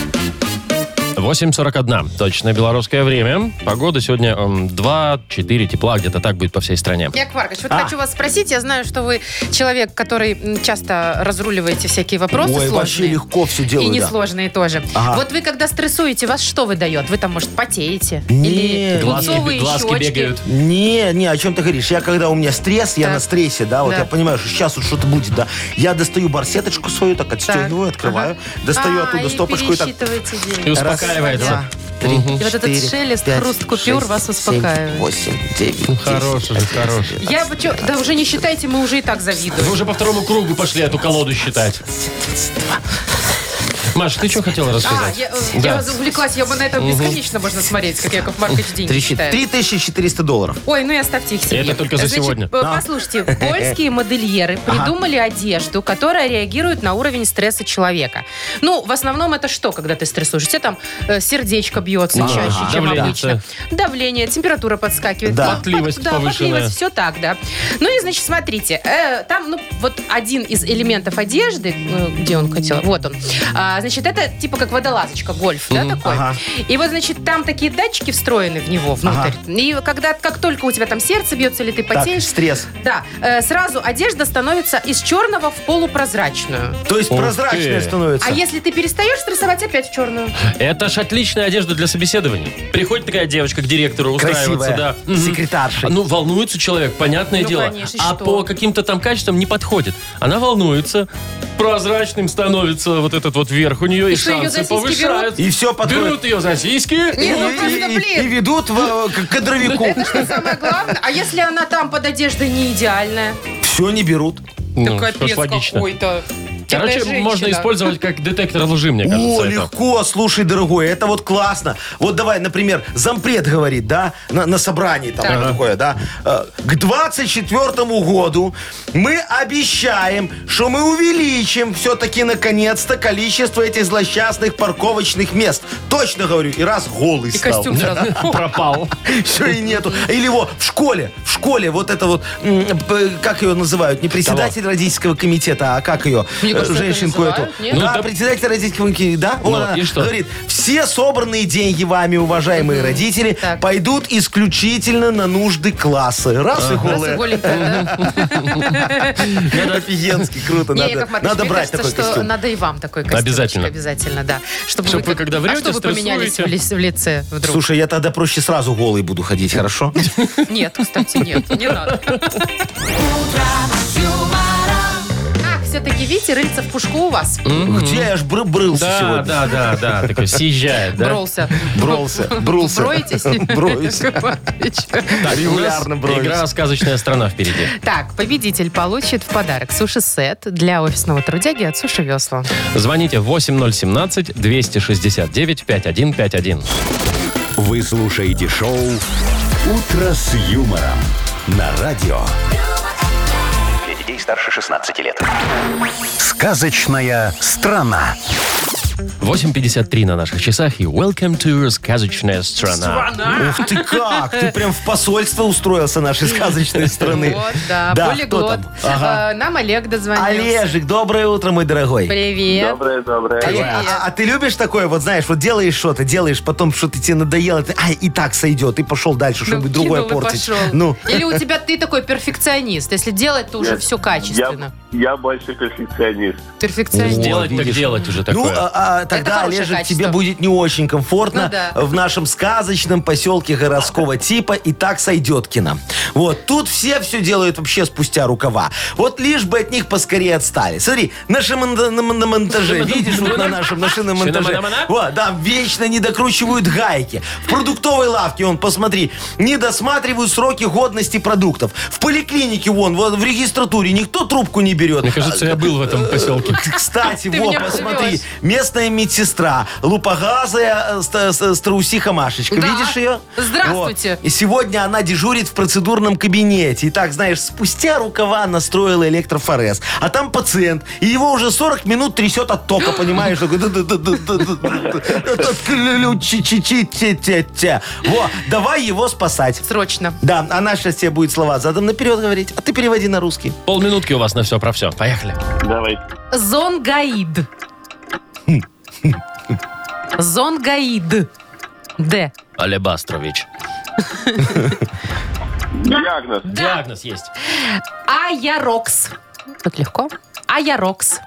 S2: 8.41. Точно белорусское время. Погода сегодня эм, 2-4 тепла, где-то так будет по всей стране.
S3: Яков Маркович, вот
S4: А.
S3: хочу вас спросить. Я знаю, что вы человек, который м, часто разруливаете всякие вопросы
S4: Ой,
S3: сложные.
S4: вообще легко все делаю,
S3: И
S4: да.
S3: несложные тоже.
S4: Ага.
S3: Вот вы, когда стрессуете, вас что выдает? Вы там, может, потеете?
S4: Не,
S3: Или
S2: Глазки,
S3: пунцовые
S2: глазки
S3: щечки?
S2: бегают.
S4: Не, не, о чем ты говоришь? Я когда у меня стресс, я
S3: Так.
S4: на стрессе, да, вот
S3: Да.
S4: я понимаю, что сейчас вот что-то будет, да. Я достаю барсеточку свою, так отстегиваю,
S3: Так,
S4: открываю, достаю
S3: А,
S4: оттуда
S3: и
S4: стопочку и так.
S3: пересчитываете деньги.
S2: И успокаивается.
S4: Раз, два, три,
S3: И вот этот
S4: четыре,
S3: шелест,
S4: пять,
S3: хруст купюр
S4: шесть,
S3: вас
S4: семь,
S3: успокаивает.
S4: Восемь, девять, десять,
S2: Хороший же, хороший.
S3: Я бы чё- да уже не считайте, мы уже и так
S2: Вы
S4: Ну,
S3: завидуем.
S2: уже по второму кругу пошли эту колоду считать. Маша, ты что хотела
S3: А,
S2: рассказать?
S3: я, э,
S2: Да.
S3: я увлеклась, я бы на это бесконечно можно смотреть, как Яков Маркович деньги считает.
S4: 3400 долларов.
S3: Ой, ну и оставьте их себе.
S2: Это только за
S3: Значит,
S2: сегодня.
S3: э, Послушайте, польские модельеры придумали одежду, которая реагирует на уровень стресса человека. Ну, в основном это что, когда ты стрессуешь? Тебе там э, сердечко бьется
S2: Ага.
S3: чаще, чем
S2: Давление.
S3: обычно. Давление, температура подскакивает.
S4: Да.
S3: Пот-
S2: Потливость
S3: да,
S2: повышенная.
S3: потливость, все так, да. Ну и, значит, смотрите, э, там, ну, вот один из элементов одежды, э, где он хотел, вот он. А, значит, это типа как водолазочка, гольф, да, такой?
S4: ага.
S3: И вот, значит, там такие датчики встроены в него внутрь. И когда, как только у тебя там сердце бьется или ты
S4: Так,
S3: потеешь,
S4: стресс.
S3: да, э, сразу одежда становится из черного в полупрозрачную.
S4: То есть
S2: Ух
S4: прозрачная
S2: ты.
S4: становится.
S3: А если ты перестаешь стрессовать, опять в черную.
S2: Это ж отличная одежда для собеседований. Приходит такая девочка к директору устраиваться,
S4: Красивая.
S2: да. Мгм.
S4: Секретарша.
S2: Ну, волнуется человек, понятное
S3: Ну,
S2: дело.
S3: конечно,
S2: а
S3: что?
S2: по каким-то там качествам не подходит. Она волнуется, прозрачным становится вот этот вот верх у нее, и,
S3: И что, её
S2: шансы
S3: за сиськи
S2: повышают.
S4: И все подходит.
S2: Берут ее за сиськи.
S3: Не, ну
S4: И-
S3: просто,
S4: и-
S3: блин. Ну,
S4: и ведут в, э, к кадровику.
S3: Это что самое главное? А если она там под одеждой не идеальная?
S4: Все не берут.
S2: Ну,
S3: так
S2: что ж,
S3: капец какой-то. Темная
S2: Короче, можно
S3: типа женщина.
S2: использовать как детектор лжи, мне кажется.
S4: О,
S2: это.
S4: легко, слушай, дорогой, это вот классно. Вот давай, например, зампред говорит, да, на, на собрании там
S3: Так.
S4: такое, да. э, К 24 году мы обещаем, что мы увеличим все-таки наконец-то количество этих злосчастных парковочных мест. Точно говорю, и раз голый
S3: И
S4: стал.
S3: костюм сразу.
S2: Пропал.
S4: Все и нету. Или вот в школе, в школе вот это вот, м, п- как ее называют, не председатель родительского комитета, а как ее?
S3: Мне кажется,
S4: Э,
S3: это
S4: Женщинку эту.
S3: называют, нет?
S2: Ну,
S4: Да,
S2: да.
S4: председатель родительского комитета, да? Вот
S2: Ну,
S4: она
S2: и что?
S4: Говорит, все собранные деньги вами, уважаемые родители,
S3: Так.
S4: пойдут исключительно на нужды класса. Раз и
S3: Раз и
S4: голые.
S3: голенькая, да?
S4: Это офигенски круто.
S3: Не,
S4: Надо
S3: Яков Маркович,
S4: надо
S3: мне
S4: брать такой
S3: кажется, что
S4: костюм.
S3: надо и вам такой костюм.
S2: Обязательно.
S3: Обязательно, да. Чтобы,
S2: Чтоб вы, когда врете,
S3: а что вы поменялись в,
S2: стрессуете.
S3: лис- в лице вдруг?
S4: Слушай, я тогда проще сразу голый буду ходить, хорошо?
S3: Нет, кстати, нет, не надо. Ах, все-таки, видите, рыльца в пушку у вас.
S4: Где я ж бры- брылся
S2: Да,
S4: сегодня?
S2: да, да, да. Такой съезжает, да?
S3: Бролся.
S4: Бролся, брулся.
S3: Броетесь?
S4: Броюсь.
S3: Яков Маркович.
S2: Так,
S4: Регулярно
S2: у нас
S4: броюсь.
S2: Игра «Сказочная страна» впереди.
S3: Так, победитель получит в подарок суши-сет для офисного трудяги от Суши Весла.
S2: Звоните 8017-269-5151.
S1: Вы слушаете шоу Утро с юмором на радио.
S6: Для детей старше 16 лет.
S1: Сказочная страна.
S2: 8.53 на наших часах и welcome to сказочная страна.
S4: Ух ты как! Ты прям в посольство устроился нашей сказочной страны.
S3: Вот, да,
S4: кто
S3: полиглот.
S4: там? Ага.
S3: А, Нам Олег дозвонился.
S4: Олежик, доброе утро, мой дорогой.
S3: Привет.
S5: Доброе, доброе.
S4: Олег, а, а ты любишь такое, вот знаешь, вот делаешь что-то, делаешь, потом что-то тебе надоело, ты, ай, и так сойдет, и пошел дальше,
S3: Ну,
S4: чтобы другое
S3: кинул и
S4: портить.
S3: пошел.
S4: Ну,
S3: Или у тебя ты такой перфекционист. Если делать, то уже
S5: Я-
S3: все качественно.
S5: Я, я больше перфекционист.
S3: Перфекционист.
S2: Делать так
S4: видишь.
S2: делать уже такое.
S4: ну а, а, тогда,
S3: хорошее
S4: Олежек,
S3: качество.
S4: тебе будет не очень комфортно
S3: Ну да.
S4: в нашем сказочном поселке городского типа, и так сойдет кино. Вот, тут все все делают вообще спустя рукава. Вот лишь бы от них поскорее отстали. Смотри, на шиномонтаже, видишь, вот на нашем на шиномонтаже.
S2: Шиномонтаж?
S4: Вот, да, вечно не докручивают гайки. В продуктовой лавке, он, посмотри, не досматривают сроки годности продуктов. В поликлинике, вон, вот в регистратуре никто трубку не берет. А,
S2: Мне кажется, я был в этом поселке.
S4: Кстати,
S3: Ты
S4: во,
S3: меня
S4: посмотри,
S3: привез.
S4: местная медсестра, лупоглазая э, ст- с- страусиха Машечка.
S3: Да.
S4: Видишь ее?
S3: Здравствуйте.
S4: Вот. И сегодня она дежурит в процедурном кабинете. И так, знаешь, спустя рукава настроила электрофорез. А там пациент, и его уже 40 минут трясет от тока, понимаешь? Такой «Ду-ду-ду-ду-ду-ду-ду-ду». Этот ключ, чи-чи-чи-ти-ти-ти. Во, давай его спасать.
S3: Срочно.
S4: Да, она сейчас тебе будет слова задом наперед говорить, а ты переводи на русский.
S2: Полминутки у вас на все про все. Поехали.
S5: Давайте.
S3: Зонгаид. Зонгаид. Д.
S2: Алебастрович.
S5: Диагноз.
S2: Диагноз есть.
S3: Аярокс. Тут легко. Аярокс.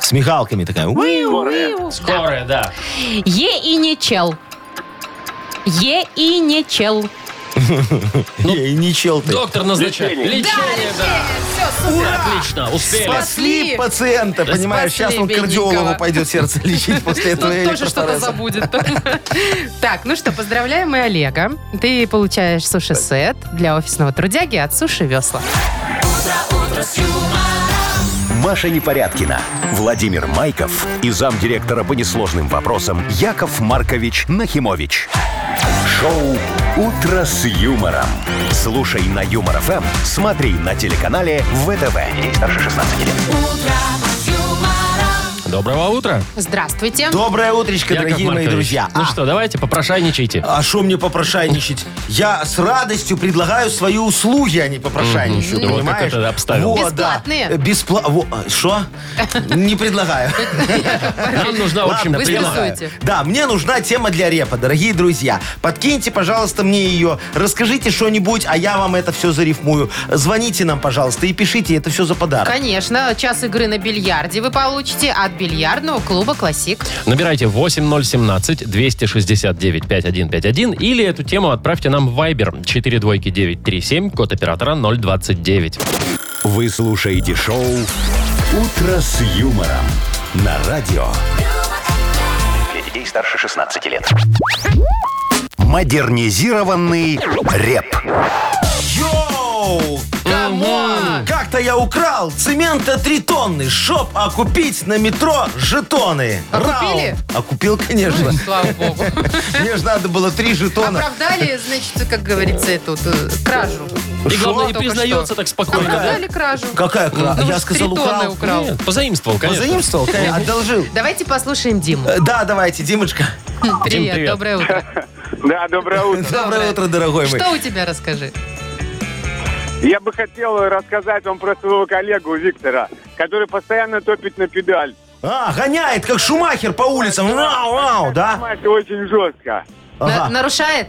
S4: С мигалками такая. «Уи».
S2: Скорая, да.
S3: Е и не чел. Е и не чел.
S4: Ей, не чел ты.
S2: Доктор назначает. Лечение, да. Отлично, успели.
S4: Спасли
S3: Спасли.
S4: пациента, понимаешь?
S3: спасли
S4: Сейчас он кардиологу
S3: бедненького.
S4: пойдет сердце лечить после этого.
S3: Ну, тоже что-то
S4: электрофореза.
S3: забудет. Так, ну что, поздравляем мы Олега. Ты получаешь суши-сет для офисного трудяги от Суши Весла.
S1: Маша Непорядкина, Владимир Майков и замдиректора по несложным вопросам Яков Маркович Нахимович. Шоу «Утро с юмором». Слушай на Юмор ФМ, смотри на телеканале ВТВ. Ей старше 16 лет.
S2: Доброго утра,
S3: Здравствуйте.
S4: Доброе утречко,
S2: Яков
S4: дорогие мои
S2: Маркович.
S4: друзья.
S2: Ну
S4: А,
S2: что, давайте попрошайничайте.
S4: А что мне попрошайничать? Я с радостью предлагаю свои услуги, а не попрошайничаю,
S2: Мгм. Вот как
S4: понимаешь?
S2: это обставил.
S4: Вот, да.
S3: Бесплатные?
S4: Э, беспла- во- а, Что? Не предлагаю.
S2: Нам нужна, в общем,
S4: Ладно,
S3: вы
S2: тема.
S4: предлагаю.
S3: рисуете.
S4: Да, мне нужна тема для репа, дорогие друзья. Подкиньте, пожалуйста, мне ее. Расскажите что-нибудь, а я вам это все зарифмую. Звоните нам, пожалуйста, и пишите. Это все за подарок.
S3: Конечно, час игры на бильярде вы получите от бильярдного клуба «Классик».
S2: Набирайте 8017-269-5151 или эту тему отправьте нам в Viber 42937, код оператора 029.
S1: Вы слушаете шоу «Утро с юмором» на радио
S6: Для детей старше 16 лет.
S1: «Модернизированный реп».
S4: Йоу! Камон! Как-то я украл цемента три тонны, чтоб окупить на метро жетоны.
S3: А Окупили?
S4: Раунд. Окупил, конечно.
S3: Слава богу.
S4: Мне же надо было три
S3: А
S4: жетона.
S3: Оправдали, значит, как говорится, эту э, кражу.
S2: И главное, не
S3: Только
S2: признается
S3: что.
S2: так спокойно. да?
S3: Оправдали кражу.
S4: Какая кра-
S3: Ну,
S4: Я
S3: ж
S4: сказал,
S3: три тонны
S4: украл.
S3: украл.
S2: Нет, позаимствовал, конечно.
S4: Позаимствовал? конечно, Одолжил.
S3: Давайте послушаем Диму.
S4: Э, Да, давайте, Димочка.
S2: Дим, привет.
S3: Привет, доброе утро.
S5: Да, доброе утро.
S4: Доброе утро, дорогой мой.
S3: Что у тебя, расскажи.
S5: Я бы хотел рассказать вам про своего коллегу Виктора, который постоянно топит на педаль.
S4: А, гоняет, как Шумахер по улицам. Вау, вау, да?
S5: Понимаете, очень жестко.
S3: На-
S4: Ага.
S3: Нарушает?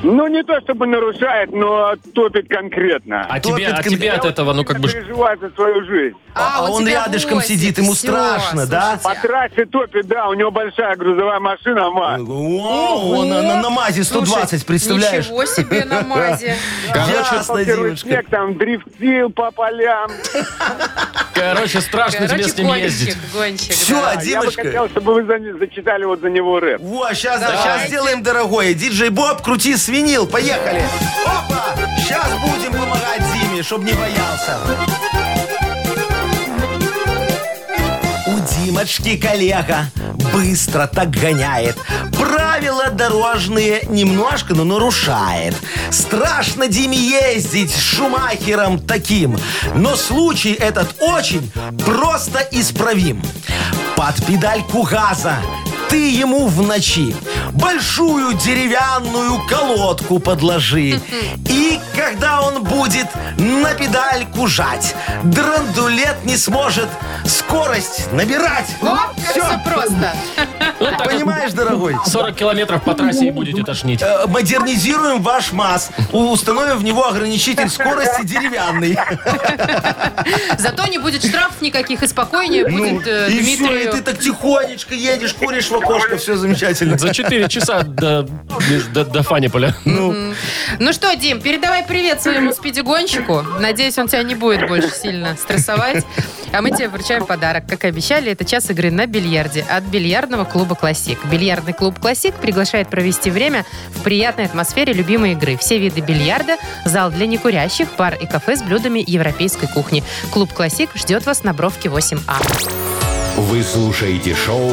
S5: Ну, не то чтобы нарушает, но топит конкретно.
S2: А тебе, а
S4: Топит кон-
S2: тебе от этого, ну, как бы... ж-
S5: переживает за свою жизнь.
S4: А,
S3: у
S4: он
S3: тебя
S4: рядышком
S3: возит.
S4: сидит, ему
S3: Всё,
S4: страшно, да?
S5: По
S3: слушайте.
S5: трассе топит, да, у него большая грузовая машина, ма.
S4: Вау, он на, на- на мазе 120,
S3: Слушай,
S4: представляешь?
S3: Ничего себе на мазе.
S4: Ясно,
S5: Первый
S4: Димочка.
S5: снег там дрифтил по полям.
S2: Короче, страшно тебе
S3: Короче,
S2: с ним
S3: гонщик,
S2: ездить.
S3: гонщик.
S4: Все,
S3: да.
S5: Я бы
S4: Димочка.
S5: хотел, чтобы вы за не- зачитали вот за него рэп.
S4: Во, сейчас, да,
S3: Давайте.
S4: сейчас сделаем дорогое. Диджей Боб, крути свинил, поехали. Опа, сейчас будем помогать Диме, чтобы не боялся. У Димочки коллега быстро так гоняет. Правила дорожные немножко, но нарушает. Страшно Диме ездить с шумахером таким. Но случай этот очень просто исправим. Под педальку газа ты ему в ночи большую деревянную колодку подложи. И когда он будет на педальку жать, драндулет не сможет скорость набирать.
S3: О, как
S4: Ну, Всё.
S3: все просто.
S4: Понимаешь, дорогой?
S2: 40 километров по трассе и будете тошнить.
S4: Э, Модернизируем ваш МАЗ, у- установим в него ограничитель скорости деревянный.
S3: Ну, Зато не будет штрафов никаких и спокойнее будет э,
S4: Ну, и все, и
S3: Дмитрию.
S4: ты так тихонечко едешь, куришь в окошко, все замечательно.
S2: За 4 часа до, до, до Фаниполя.
S3: Ну что, Дим, передавай привет своему спидигонщику. Надеюсь, он тебя не будет больше сильно стрессовать. А мы тебе вручаем подарок. Как и обещали, это час игры на бильярде от бильярдного клуба «Классик». Бильярдный клуб «Классик» приглашает провести время в приятной атмосфере любимой игры. Все виды бильярда, зал для некурящих, бар и кафе с блюдами европейской кухни. Клуб «Классик» ждет вас на Бровке А. 8А.
S1: Вы слушаете шоу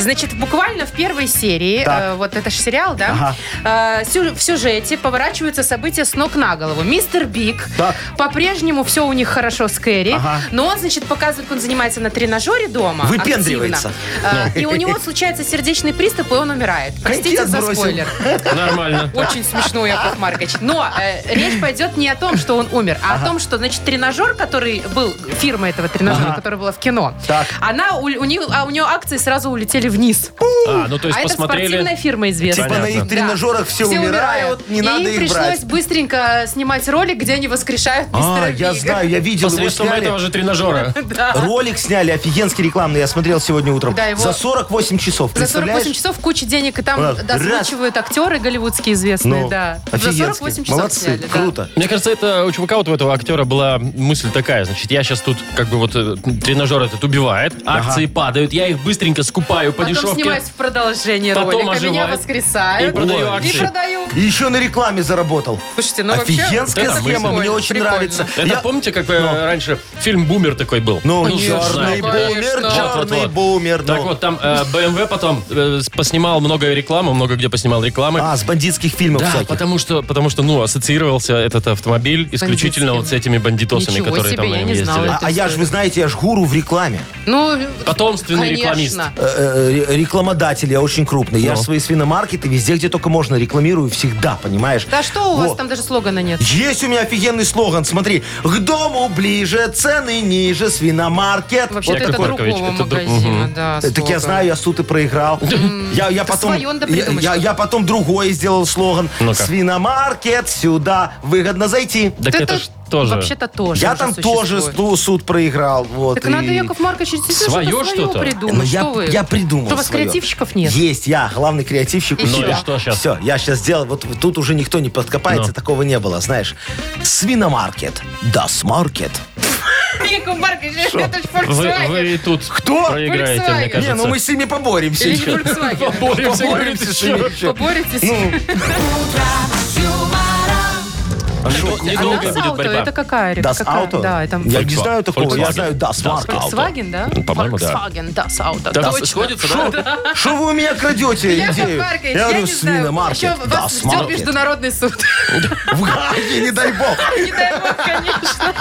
S3: Значит, буквально в первой серии, э, вот это же сериал, да, э, сю- в сюжете поворачиваются события с ног на голову. Мистер Биг,
S4: Так.
S3: по-прежнему все у них хорошо с Кэрри,
S4: Ага.
S3: но он, значит, показывает, как он занимается на тренажере дома.
S4: Выпендривается.
S3: активно. Э, И у него случается сердечный приступ, и он умирает. Простите
S4: Коньки
S3: за
S4: отбросил.
S3: спойлер.
S2: Нормально.
S3: Очень смешно, Яков Маркович. Но э, речь пойдет не о том, что он умер, а о том, что, значит, тренажер, который был, фирма этого тренажера, которая была в кино,
S4: Так.
S3: она, у, у них, а у нее акции сразу улетели вниз.
S2: А, ну то есть
S3: а это
S2: посмотрели.
S3: спортивная фирма известная.
S4: Типа на их
S3: Да.
S4: тренажерах все, умирают, не
S3: и
S4: надо
S3: им
S4: их
S3: пришлось
S4: брать.
S3: быстренько снимать ролик, где они воскрешают мистера
S4: А, я
S3: Бига.
S4: знаю, я видел, его
S2: Посредством
S4: сняли.
S2: этого же тренажера.
S3: Да.
S4: Ролик сняли, офигенский рекламный, я смотрел сегодня утром.
S3: Да, его-
S4: За 48 часов,
S3: За 48
S4: представляешь?
S3: часов куча денег, и там
S4: Раз.
S3: дозвучивают актеры голливудские известные,
S4: Ну,
S3: да. За
S4: офигенский.
S3: 48 часов
S4: Молодцы,
S3: сняли, да.
S4: круто.
S2: Мне кажется, это у чувака, вот у этого актера была мысль такая, значит, я сейчас тут, как бы вот э, тренажер этот убивает, акции падают, я их быстренько скупаю по
S3: Потом
S2: дешевке.
S3: снимаюсь в продолжение
S2: Потом
S3: ролика, меня
S2: оживает.
S3: воскресают.
S2: И продаю
S3: Ой.
S2: акции.
S3: И продаю.
S4: И еще на рекламе заработал.
S3: Слушайте, ну вообще...
S4: Офигенская
S3: это
S4: схема,
S3: прикольно,
S4: мне очень
S3: прикольно.
S4: нравится.
S2: Это
S4: Я-
S2: помните, как э, раньше фильм «Бумер» такой был?
S4: Ну,
S2: Ну, черт
S4: черный
S2: знает.
S4: бумер,
S3: конечно.
S2: Вот,
S4: черный
S2: вот, вот.
S4: бумер.
S2: Так
S4: ну.
S2: вот, там э, BMW потом э, с- поснимал много рекламы, много где поснимал рекламы.
S4: А, с бандитских фильмов
S2: Да,
S4: всяких.
S2: потому что, потому что, ну, ассоциировался этот автомобиль исключительно
S3: Бандитским.
S2: вот с этими бандитосами,
S3: Ничего
S2: которые там
S3: себе,
S2: на
S3: я
S2: нем
S3: не
S2: ездили.
S3: знала.
S4: А, а я же, вы знаете, я ж гуру в рекламе.
S3: Ну,
S2: Потомственный
S3: конечно.
S2: рекламист.
S4: Э, э, ре- Рекламодатель я очень крупный. Я ж свои свиномаркеты везде, где только можно, рекламирую всегда, понимаешь?
S3: Да что у вас
S4: Во.
S3: там даже слогана нет?
S4: Есть у меня офигенный слоган, смотри. К дому ближе, цены ниже, свиномаркет.
S3: Вообще-то
S2: Яков
S3: это
S2: Маркович,
S3: другого
S2: это друг-
S3: магазина, да,
S4: Э, Так я
S3: слоган.
S4: знаю, я суд и проиграл. Я, я, потом,
S3: свое надо
S4: я,
S3: придумать
S4: я-
S3: что-то.
S4: я потом другой сделал слоган.
S2: Ну-ка.
S4: Свиномаркет, сюда выгодно зайти.
S2: Так
S3: Да
S2: это,
S3: это
S2: ж тоже.
S3: Вообще-то тоже
S4: я
S3: уже
S4: там тоже
S3: существует.
S4: су- суд проиграл. Вот,
S3: Так надо,
S4: и-
S3: Яков Маркович, действительно
S2: Своё
S3: что-то свое
S2: что-то?
S3: придумать.
S4: Ну,
S3: что
S4: я,
S3: вы?
S4: я придумал.
S3: Что, у вас
S4: своё.
S3: креативщиков нет?
S4: Есть, я, главный креативщик у
S3: Ну и
S4: себя.
S2: что щас?
S4: Все, я сейчас сделал. Вот тут уже никто не подкопается,
S2: Ну.
S4: такого не было, знаешь. Свиномаркет. Дасмаркет.
S3: Яков Маркович, это ж
S2: Вы,
S3: Volkswagen.
S2: вы и тут
S4: Кто?
S2: проиграете, мне
S3: Volkswagen.
S2: кажется.
S4: Не, ну мы с ними поборемся
S3: Или не
S4: еще.
S3: Volkswagen?
S2: Боремся, говорит,
S4: Поборемся с
S2: еще.
S4: ними еще.
S3: Поборетесь?
S4: Ну,
S2: Недол-
S3: а
S2: Недолго
S3: нас
S2: будет
S3: Auto
S2: борьба.
S3: это какая? рек-
S4: Das
S3: какая?
S4: Auto?
S3: Да, это
S4: Я не
S2: Volkswagen.
S4: знаю такого, я
S2: Volkswagen.
S4: знаю Das
S2: Das
S4: Mark Auto.
S3: Volkswagen, да?
S2: Ну, по-моему, да.
S3: Volkswagen, да, с Auto.
S2: Да,
S3: точно.
S2: сходится, да?
S4: Что вы у меня крадете
S3: Яков
S4: идею?
S3: Маркович, я, не знаю. Еще
S4: свиномаркет,
S3: вас
S4: Das
S3: ждет
S4: Market.
S3: международный суд.
S4: В Гаге, не дай бог.
S3: Не дай бог, конечно.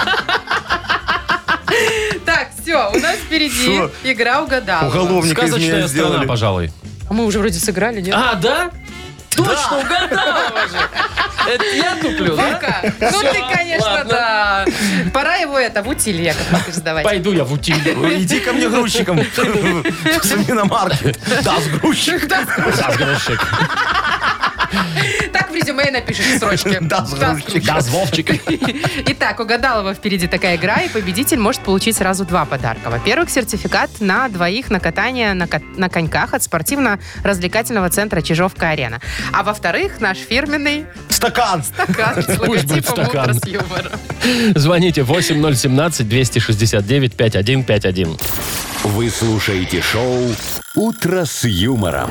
S3: Так, все, у нас впереди
S4: Шо?
S3: игра угадала.
S4: Уголовника из меня
S2: Сказочная страна,
S4: сделали.
S2: пожалуй.
S3: А мы уже вроде сыграли, нет?
S2: А, да? Точно угадала же. Это я туплю, да?
S3: Вовка, ну
S2: Всё,
S3: ты, конечно,
S2: ладно.
S3: да. Пора его это в утиль, Яков Маркович, сдавать.
S2: Пойду я в утиль.
S4: Ой, Ну, Иди ко мне грузчиком в свиномаркет. Das грузчик.
S2: Разгрузчик.
S3: Так в резюме и напишешь в строчке.
S4: Да, с Вовчиком.
S2: Да, с Вовчиком.
S3: Итак, у Гадалова впереди такая игра, и победитель может получить сразу два подарка. Во-первых, сертификат на двоих на катание на, ко- на коньках от спортивно-развлекательного центра Чижовка-Арена. А во-вторых, наш фирменный
S4: Стакан.
S3: стакан с
S2: Пусть будет
S3: логотипом
S2: стакан.
S3: «Утро с юмором».
S2: Звоните 8017-269-5151.
S1: Вы слушаете шоу «Утро с юмором».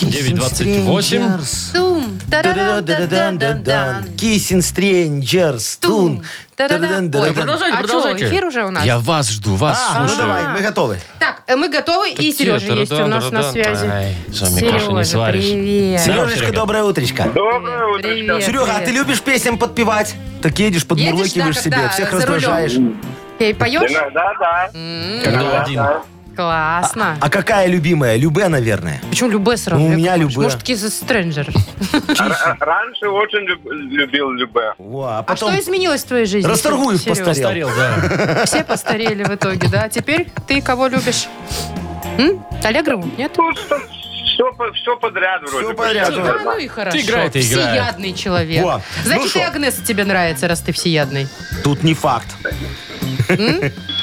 S2: 9.28.
S3: Тум, тарарам, да-да-да-да-да.
S4: Кисин Стрэнджерс. Тун.
S3: Тум, тарарам. Ой,
S4: Та-да-да-да-да.
S2: продолжайте,
S3: а что,
S2: продолжайте.
S3: эфир уже у нас?
S2: Я вас жду, вас
S4: А, ну
S2: слушаю.
S4: давай, мы готовы.
S3: Так, э, мы готовы, и Сережа есть у нас на связи.
S2: Сережа, не
S3: Сережа,
S2: сваришь.
S3: привет.
S2: Серёж,
S4: Сережечка,
S2: Серега.
S4: доброе утречко.
S5: Доброе утро.
S3: Привет,
S4: Серега, а
S3: привет.
S4: ты любишь песням подпевать? Так едешь, подмурлыкиваешь
S3: да,
S4: себе,
S3: когда
S4: всех
S3: за рулем.
S4: раздражаешь.
S3: Ты поешь?
S5: Иногда да.
S2: Когда один.
S3: Классно.
S4: А какая любимая? Любе, наверное.
S3: Почему любе сразу?
S4: Ну, у
S3: Яков
S4: меня
S3: Маркович?
S4: любе.
S3: Может, такие за Stranger.
S5: Р- Раньше очень люб- любил любэ.
S4: Во, а
S3: А что
S4: потом...
S3: изменилось в твоей жизни?
S4: Расторгуев
S3: Серёж?
S4: постарел.
S2: Постарел, да.
S3: Все постарели в итоге, да? Теперь ты кого любишь? М? Аллегрову? Нет?
S5: Ну, все, все подряд вроде. бы.
S4: подряд,
S3: Да, ну и хорошо.
S2: играй, ты играй.
S3: Всеядный человек.
S4: Во.
S3: Значит,
S4: Ну
S3: и
S4: шо?
S3: Агнеса тебе нравится, раз ты всеядный.
S4: Тут не факт.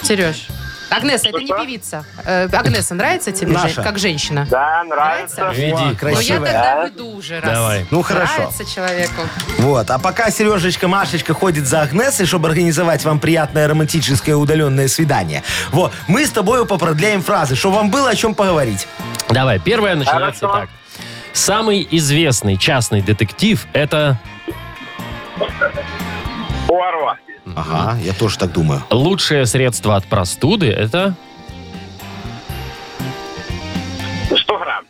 S3: Сереж. Агнеса, это не певица. Э, Агнеса нравится тебе же-
S4: Наша.
S3: как женщина?
S5: Да, нравится.
S4: Во,
S2: Веди.
S3: Ну, я
S4: красивая.
S3: тогда веду уже раз.
S2: Давай.
S4: Ну, хорошо.
S3: Нравится человеку.
S4: Вот. А пока Сережечка Машечка ходит за Агнесой, чтобы организовать вам приятное романтическое удаленное свидание. Вот. Мы с тобою попродляем фразы, чтобы вам было о чем поговорить.
S2: Давай, первая начинается так. Самый известный частный детектив – это
S5: Порва.
S4: Ага, я тоже так думаю.
S2: лучшее средство от простуды – это…
S5: 100 грамм.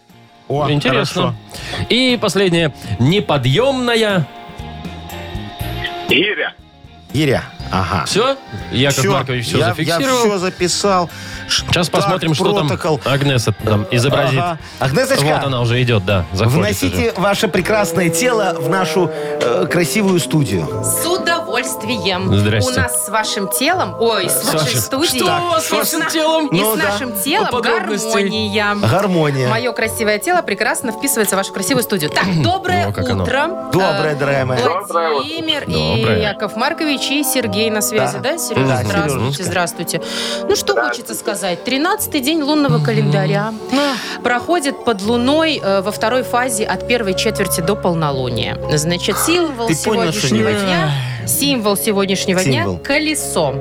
S4: О,
S2: Интересно. И последнее. Неподъемная…
S5: Гиря.
S4: Гиря. Ага.
S2: Все? Яков
S4: Всё,
S2: Маркович все
S4: я,
S2: зафиксировал.
S4: Я все записал. Ш-
S2: Сейчас
S4: так,
S2: посмотрим, что
S4: протокол.
S2: там Агнеса там изобразит.
S4: Ага. Агнесочка,
S2: Вот она уже идет, да. заходит
S4: вносите ваше прекрасное тело в нашу э, красивую студию.
S3: С удовольствием.
S2: Здрасте.
S3: У нас с вашим телом, ой, с,
S2: С
S3: вашей
S2: вашим-
S3: студией.
S2: Что с
S3: и
S2: вашим
S3: на-
S2: телом?
S3: И
S4: Ну
S3: с
S4: да.
S3: нашим телом
S2: Вот подробности.
S3: гармония.
S4: Гармония.
S3: Мое красивое тело прекрасно вписывается в вашу красивую студию. Так, доброе
S2: Во, как оно.
S3: утро.
S4: Доброе,
S3: Э,
S4: дорогая моя.
S5: Доброе утро.
S3: Владимир
S2: Доброе.
S3: и Яков Маркович и Сергей на связи, да, Сережа?
S4: Да,
S3: здравствуйте,
S4: Сережечка.
S3: здравствуйте. Ну, что хочется сказать. Тринадцатый день лунного календаря проходит под луной э, во второй фазе от первой четверти до полнолуния. Значит, символ
S4: Ты понял
S3: сегодняшнего
S4: что-нибудь?
S3: дня... Символ сегодняшнего
S4: Символ.
S3: дня – колесо.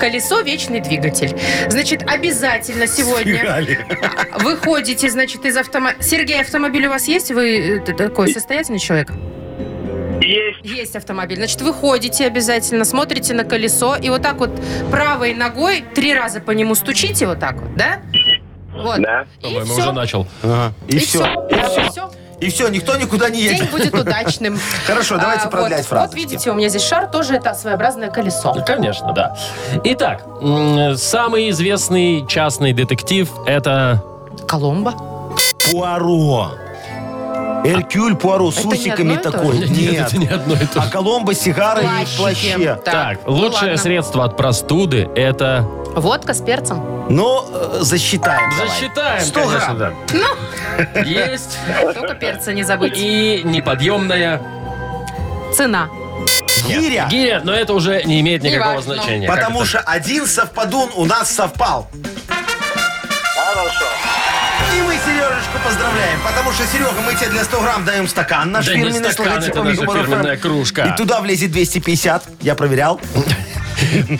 S3: Колесо – вечный двигатель. Значит, обязательно сегодня выходите, значит, из автомобиля. Сергей, автомобиль у вас есть? Вы э, такой состоятельный человек?
S5: Есть.
S3: Есть автомобиль. Значит, выходите обязательно, смотрите на колесо и вот так вот правой ногой три раза по нему стучите вот так вот, да? Вот.
S5: Да.
S3: И
S2: По-моему,
S3: все.
S2: уже начал.
S4: Ага. И, все.
S3: все.
S4: И все, никто никуда не едет.
S3: День будет удачным. А,
S4: Хорошо, давайте
S3: вот.
S4: продлять
S3: Вот
S4: фразочки.
S3: видите, у меня здесь шар, тоже это своеобразное колесо.
S2: Ну, Конечно, да. Итак, м, э, самый известный частный детектив – это…
S3: Коломба.
S4: Пуаро. Эркюль Пуаро с
S3: Это не одно
S4: усиками
S3: и то
S4: такой.
S2: Нет,
S4: Нет.
S2: это не одно и то
S4: А
S2: же.
S4: Коломбо с сигарой и в плаще.
S2: Так,
S3: ну
S2: лучшее
S3: ладно.
S2: средство от простуды – это…
S3: Водка с перцем.
S4: Ну, э, засчитаем. давай.
S2: Засчитаем,
S4: 100
S2: конечно,
S4: грамм.
S2: да.
S3: Ну.
S2: Есть.
S3: Только перца не забыть.
S2: И неподъемная
S3: Цена.
S4: Гиря.
S2: гиря, но это уже не имеет никакого
S3: Неважно.
S2: значения. Как
S4: Потому
S2: это?
S4: что один совпадун у нас совпал.
S5: Хорошо.
S4: И мы Сережечку поздравляем, потому что, Серега, мы тебе для 100 грамм даем стакан наш
S2: Да не
S4: фирменный с
S2: стакан, это
S4: логотипом
S2: наша
S4: «Юмор FM».
S2: фирменная кружка.
S4: И туда влезет 250, я проверял.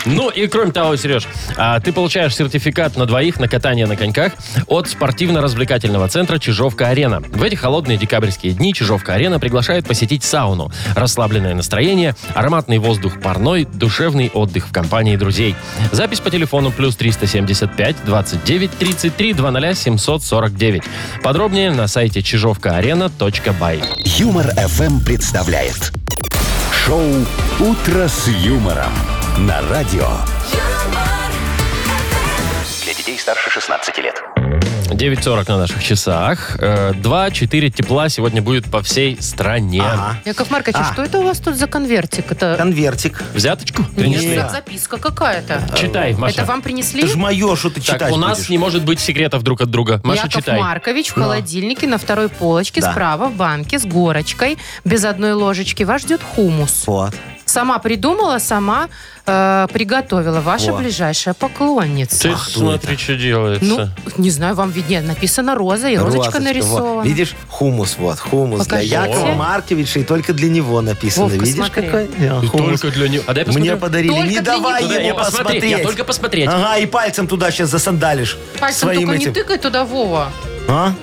S2: Ну и кроме того, Сереж, а, ты получаешь сертификат на двоих на катание на коньках от спортивно-развлекательного центра «Чижовка-арена». В эти холодные декабрьские дни «Чижовка-арена» приглашает посетить сауну. Расслабленное настроение, ароматный воздух парной, душевный отдых в компании друзей. Запись по телефону плюс 375 29 33 00 749. Подробнее на сайте чижовкаарена.бай.
S1: Юмор FM представляет шоу Утро с юмором на радио
S6: Для детей старше 16 лет.
S2: 9.40 на наших часах. Э, 2-4 тепла сегодня будет по всей стране.
S4: Ага.
S3: Яков Маркович,
S4: А.
S3: что это у вас тут за конвертик? Это
S4: Конвертик.
S2: Взяточку
S3: Нет,
S2: принесли?
S3: так записка какая-то.
S2: Читай, Маша.
S3: Это вам принесли?
S4: Ты ж мое, что ты
S2: Так,
S4: читать
S2: у нас
S4: будешь?
S2: не может быть секретов друг от друга. Маша,
S3: Яков
S2: читай.
S3: Маркович в холодильнике на второй полочке
S4: Ну. Да.
S3: справа в банке с горочкой без одной ложечки вас ждет хумус.
S4: Вот.
S3: Сама придумала, сама э, приготовила. Ваша
S4: Во.
S3: ближайшая поклонница.
S2: Ты смотри, что
S3: Ну,
S2: делается.
S3: не знаю, вам виднее. Написано роза и розочка
S4: Розочка,
S3: нарисована.
S4: вот. Видишь, хумус, вот, хумус
S3: Покажите.
S4: для Якова Марковича, и только для него написано.
S3: Вовка,
S4: Видишь,
S3: смотри.
S4: какой? Э,
S2: И
S4: хумус.
S2: только для него. А дай посмотрю.
S4: Мне подарили.
S3: Только
S4: не
S3: для
S4: давай
S3: него.
S2: Да, я
S4: ему
S2: посмотреть,
S4: посмотреть. А?
S2: я только посмотреть.
S4: Ага, и пальцем туда сейчас засандалишь.
S3: Пальцем
S4: своим
S3: только не
S4: этим.
S3: тыкай туда, Вова.
S4: А?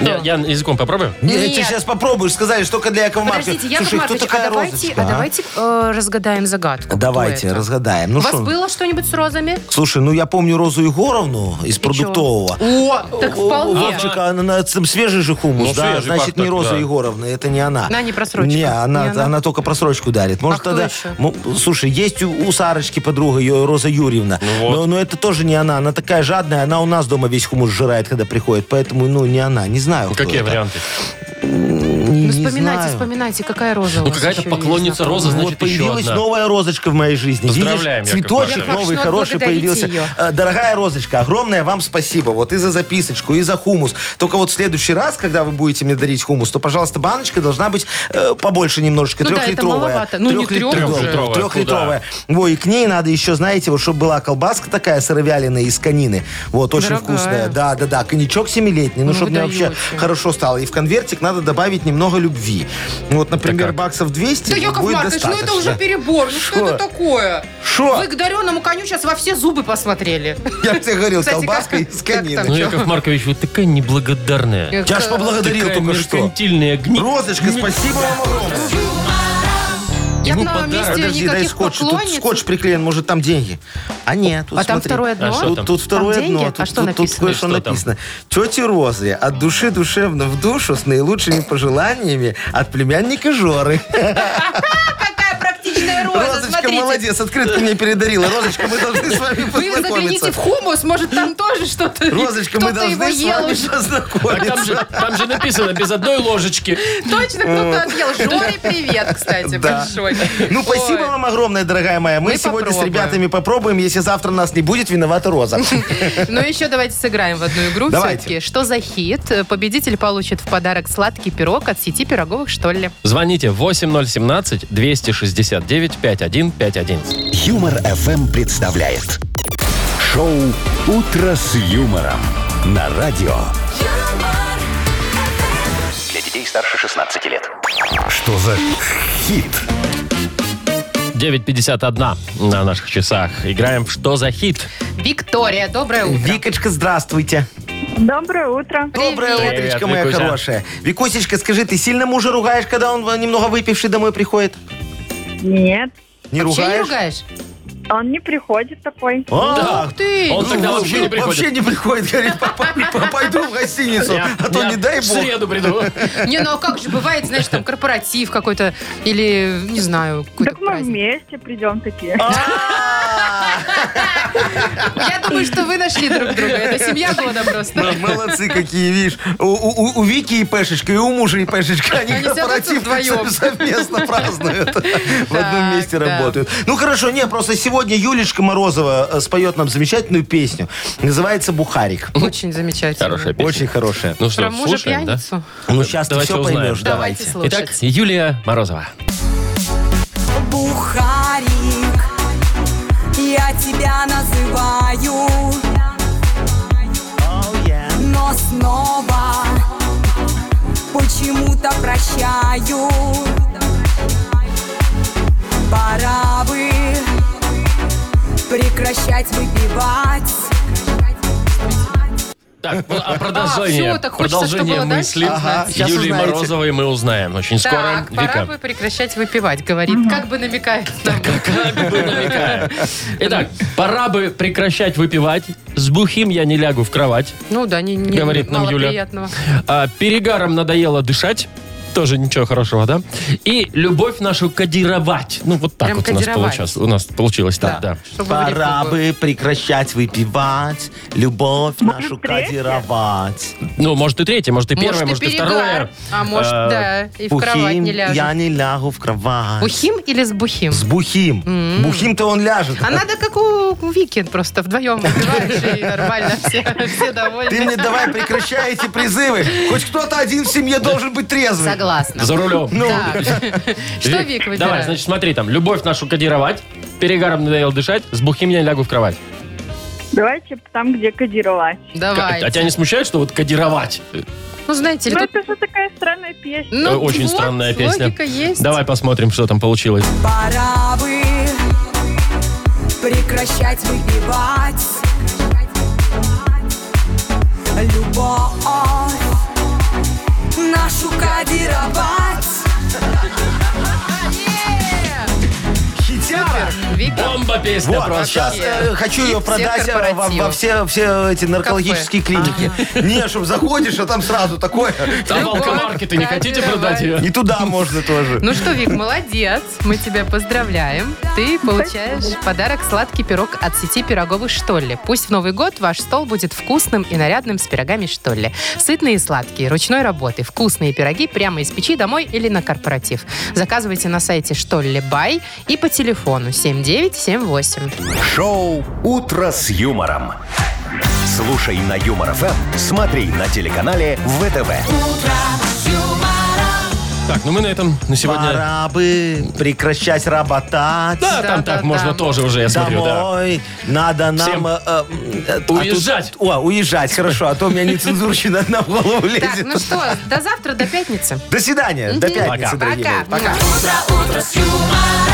S2: Я, я языком попробую?
S4: Не,
S3: Нет.
S4: ты сейчас попробуешь, сказали, что только для Якова
S3: Подождите,
S4: Марковича.
S3: Яков
S4: Слушай,
S3: Маркович,
S4: кто такая
S3: а давайте,
S4: розочка?
S3: а давайте э, разгадаем загадку.
S4: а?
S3: Кто
S4: Давайте,
S3: это?
S4: разгадаем. Ну
S3: У вас
S4: что?
S3: было что-нибудь с розами?
S4: Слушай, ну я помню Розу Егоровну из
S3: И чё?
S4: продуктового.
S3: О, так
S4: У- у
S3: вполне.
S4: Вовчика, она, на- там свежий же хумус,
S2: Ну,
S4: да,
S2: свежий
S4: значит,
S2: пах
S4: не
S2: так,
S4: Роза
S2: да.
S4: Егоровна, это не она.
S3: Она не просрочка.
S4: Не, она,
S3: Не она. А
S4: она. только просрочку дарит. Может,
S3: кто
S4: тогда...
S3: еще?
S4: Ну, слушай, есть у, у Сарочки подруга, ее Роза Юрьевна,
S2: Ну вот.
S4: но, но это тоже не она, она такая жадная, она у нас дома весь хумус жирает, когда приходит, поэтому, ну, не она, не знаю.
S2: Ну,
S4: кто
S2: какие
S4: это.
S2: варианты?
S4: Не,
S3: Ну,
S4: не
S3: вспоминайте,
S4: знаю.
S3: вспоминайте, какая роза у
S2: Ну,
S3: вас
S2: какая-то
S3: еще есть
S2: поклонница
S3: знакомая.
S2: розы, значит,
S4: Вот появилась
S2: еще одна.
S4: новая розочка в моей жизни.
S2: Поздравляем,
S4: Видишь,
S2: Яков
S4: цветочек
S2: Маркович.
S4: новый,
S3: Яков Маркович,
S4: хороший
S3: ну, отблагодарите
S4: появился.
S3: ее.
S4: Э, Дорогая розочка, огромное вам спасибо. Вот и за записочку, и за хумус. Только вот в следующий раз, когда вы будете мне дарить хумус, то, пожалуйста, баночка должна быть э, побольше немножечко,
S3: Ну да, это
S4: трехлитровая.
S3: маловато. Ну, не трех
S2: же.
S4: Трехлитровая. Трехлитровая.
S2: Трехлитровая,
S4: Во, и к ней надо еще, знаете, вот чтобы была колбаска такая сыровяленая из конины. Вот, очень
S3: Дорогая.
S4: вкусная. Да, да, да. Коньячок семилетний. Ну,
S3: Ну,
S4: чтобы
S3: вы
S4: мне вообще
S3: даете.
S4: хорошо стало. И в конвертик надо добавить немного любви. Вот, например,
S2: как?
S4: баксов 200
S3: Да, Яков
S4: будет
S3: Маркович, ну это
S4: достаточно.
S3: уже перебор. Ну что
S4: Шо?
S3: это такое?
S4: Шо?
S3: Вы к дареному коню сейчас во все зубы посмотрели.
S4: Я тебе говорил,
S3: Кстати,
S4: колбаска
S3: как-
S4: из
S3: как там?
S2: Ну,
S4: конины.
S3: чё?
S2: Яков Маркович, вы такая неблагодарная.
S4: Я ж поблагодарил
S2: Такая
S4: только что.
S2: меркантильная гниль.
S4: Розочка, спасибо вам огромное.
S3: Я бы
S2: Ему
S3: на вам
S2: подарок.
S3: месте
S4: Подожди, дай
S3: никаких
S4: скотч. Тут
S3: поклонниц.
S4: скотч приклеен, может, там деньги. А нет, тут
S3: а там
S4: смотри.
S3: второе
S2: А
S3: дно?
S2: что?
S4: Тут,
S2: там?
S4: тут второе
S3: Там деньги?
S4: дно,
S3: А
S4: тут,
S3: что
S4: тут- тут
S3: написано?
S2: Что
S4: кое-что
S2: там?
S4: написано. Тети Розы, от души душевно в душу с наилучшими пожеланиями от племянника Жоры.
S3: Какая практичная роза,
S4: Розочка,
S3: смотрите.
S4: молодец, открытку мне передарила. Розочка, мы должны с вами
S3: Вы загляните в
S4: познакомиться.
S3: хумус, может там тоже что-то...
S4: Розочка, мы
S3: Кто-то его
S4: должны с
S3: ел
S4: вами
S3: уже.
S2: Так А Там же,
S4: познакомиться.
S2: там же написано без одной ложечки.
S3: Точно кто-то отъел. Жоре привет, кстати,
S4: Да.
S3: большой.
S4: Ну, спасибо
S3: Ой.
S4: вам огромное, дорогая моя. Мы,
S3: Мы
S4: сегодня
S3: попробуем.
S4: с ребятами попробуем. Если завтра нас не будет, виновата Роза.
S3: Ну еще давайте сыграем в одну игру
S4: Давайте.
S3: все-таки. Что за хит? Победитель получит в подарок сладкий пирог от сети пироговых, что ли?
S2: Звоните 8017-269-5151.
S1: Юмор FM представляет шоу Утро с юмором на радио.
S6: Для детей старше 16 лет.
S1: Что за хит?
S2: 9.51 на наших часах. Играем в «Что за хит?»
S3: Виктория, доброе утро.
S4: Викочка, здравствуйте.
S8: Доброе утро.
S4: Доброе
S2: Привет,
S4: утречко, моя
S2: Викуся.
S4: хорошая. Викусечка, скажи, ты сильно мужа ругаешь, когда он немного выпивший домой приходит?
S8: Нет,
S4: Не
S3: Вообще не
S4: ругаешь?
S3: ругаешь?
S8: он не приходит такой.
S4: А,
S3: Ух ты!
S2: Он тогда
S4: ну,
S2: вообще не приходит.
S4: Вообще не приходит, говорит, «Папа, пойду в гостиницу,
S2: Я-
S4: а то
S2: я
S4: не дай
S2: В
S4: бог.
S2: среду приду.
S3: Не, ну а как же бывает, знаешь, там корпоратив какой-то или, не знаю, какой-то
S8: Так мы
S3: праздник.
S8: вместе придем такие.
S3: Я думаю, что вы нашли друг друга. Это семья года просто.
S4: Молодцы какие, видишь. У, у- у- у Вики и Пешечка, и у мужа и Пешечка. Они,
S3: Они сядутся
S4: корпоратив
S3: вдвоем.
S4: совместно празднуют. В одном месте
S3: да.
S4: работают. Ну хорошо, не, просто сегодня Юлечка Морозова э, споет нам замечательную песню. Называется «Бухарик».
S3: Очень замечательно.
S2: Хорошая песня.
S4: Очень хорошая.
S2: Ну что,
S3: Про мужа
S2: Ну, слушаем, да?
S3: пьяницу?
S4: Ну сейчас ты
S2: Давайте
S4: все
S2: узнаем.
S4: поймешь.
S3: Давайте
S4: Давайте.
S2: Итак,
S3: слушать.
S2: Юлия Морозова.
S9: Бухарик, я тебя называю, но снова почему-то прощаю. Пора бы прекращать выпивать.
S2: Так, ну, а продолжение,
S3: всё, так хочется,
S2: продолжение
S3: чтобы было
S2: мысли
S3: дальше узнать.
S4: Ага, щас
S2: Юлии
S4: узнаете.
S2: Морозовой мы узнаем очень скоро.
S3: Так, пора бы прекращать выпивать, говорит. Как бы намекает нам.
S2: Как бы намекаем. Итак, пора бы прекращать выпивать. С бухим я не лягу в кровать.
S3: Ну да, не, не
S2: Говорит нам
S3: мало
S2: Юля.
S3: приятного.
S2: А, перегаром надоело дышать. Тоже ничего хорошего, да? И любовь нашу кодировать. Ну, вот так
S3: Прям
S2: вот у нас,
S3: кодировать.
S2: получилось, у нас получилось. Так, да.
S3: Чтобы
S4: Пора
S3: в рифму было.
S4: бы прекращать выпивать, любовь нашу
S8: третье?
S4: кодировать.
S2: Ну, может и третье, может и первое, может,
S3: может, и
S2: и второе.
S3: перегар, а может,
S2: Э,
S3: да, и в кровать
S4: Бухим,
S3: не ляжет.
S4: я не лягу в кровать.
S3: Бухим или с бухим?
S4: С бухим. Бухим-то он ляжет.
S3: А надо как у Викин просто вдвоем выпиваешь, и нормально все, все довольны.
S4: Ты мне давай прекращай эти призывы. Хоть кто-то один в семье должен быть трезвый.
S3: Согласна.
S2: За рулем.
S3: Так. Ну, Что Вик выбирает?
S2: Давай, значит, смотри там. Любовь нашу кодировать, перегаром надоел дышать, с бухим я лягу в кровать.
S8: Давайте там, где кодировать.
S2: А тебя
S3: Давай.
S2: не смущает, что вот кодировать?
S3: Ну, знаете ли,
S8: Ну,
S3: тут...
S8: это же такая странная песня.
S2: Э,
S3: Ну,
S2: Очень
S3: вот,
S2: странная песня.
S3: Логика есть.
S2: Давай посмотрим, что там получилось.
S9: Пора бы прекращать выпивать. Любовь нашу кодировать.
S4: Хитяра.
S3: Вик,
S2: Бомба песня
S4: Вот,
S2: просто.
S4: сейчас э, хочу ее
S3: Хит
S4: продать
S3: всех
S4: э, во, во
S3: корпоративов.
S4: все, все эти наркологические клиники. Не, чтоб заходишь, а там сразу такое.
S2: А волкомаркеты не хотите продать ее?
S4: И туда можно тоже.
S3: Ну что, Вик, молодец. Мы тебя поздравляем. Ты получаешь подарок сладкий пирог от сети пироговых Штолле. Пусть в Новый год ваш стол будет вкусным и нарядным с пирогами Штолле. Сытные и сладкие, ручной работы, вкусные пироги прямо из печи домой или на корпоратив. Заказывайте на сайте Штолле Бай и по телефону 7978.
S1: Шоу «Утро с юмором». Слушай на Юмор ФМ, смотри на телеканале ВТВ.
S2: Так, ну мы на этом на сегодня...
S4: Пора бы прекращать работать.
S2: Да, там
S3: Да, да,
S2: так можно
S3: да.
S2: тоже уже, я смотрю, да.
S4: Домой надо
S2: Всем
S4: нам... э, э, э, а тут-
S2: уезжать.
S4: О, уезжать, хорошо, а то у меня нецензурщина одна в голову
S3: Так,
S4: лезет.
S3: ну что, до завтра, до пятницы.
S4: До свидания, до пятницы, дорогие
S3: Пока.
S4: мои. Пока.
S3: Пока.
S9: Утро, утро с юмором.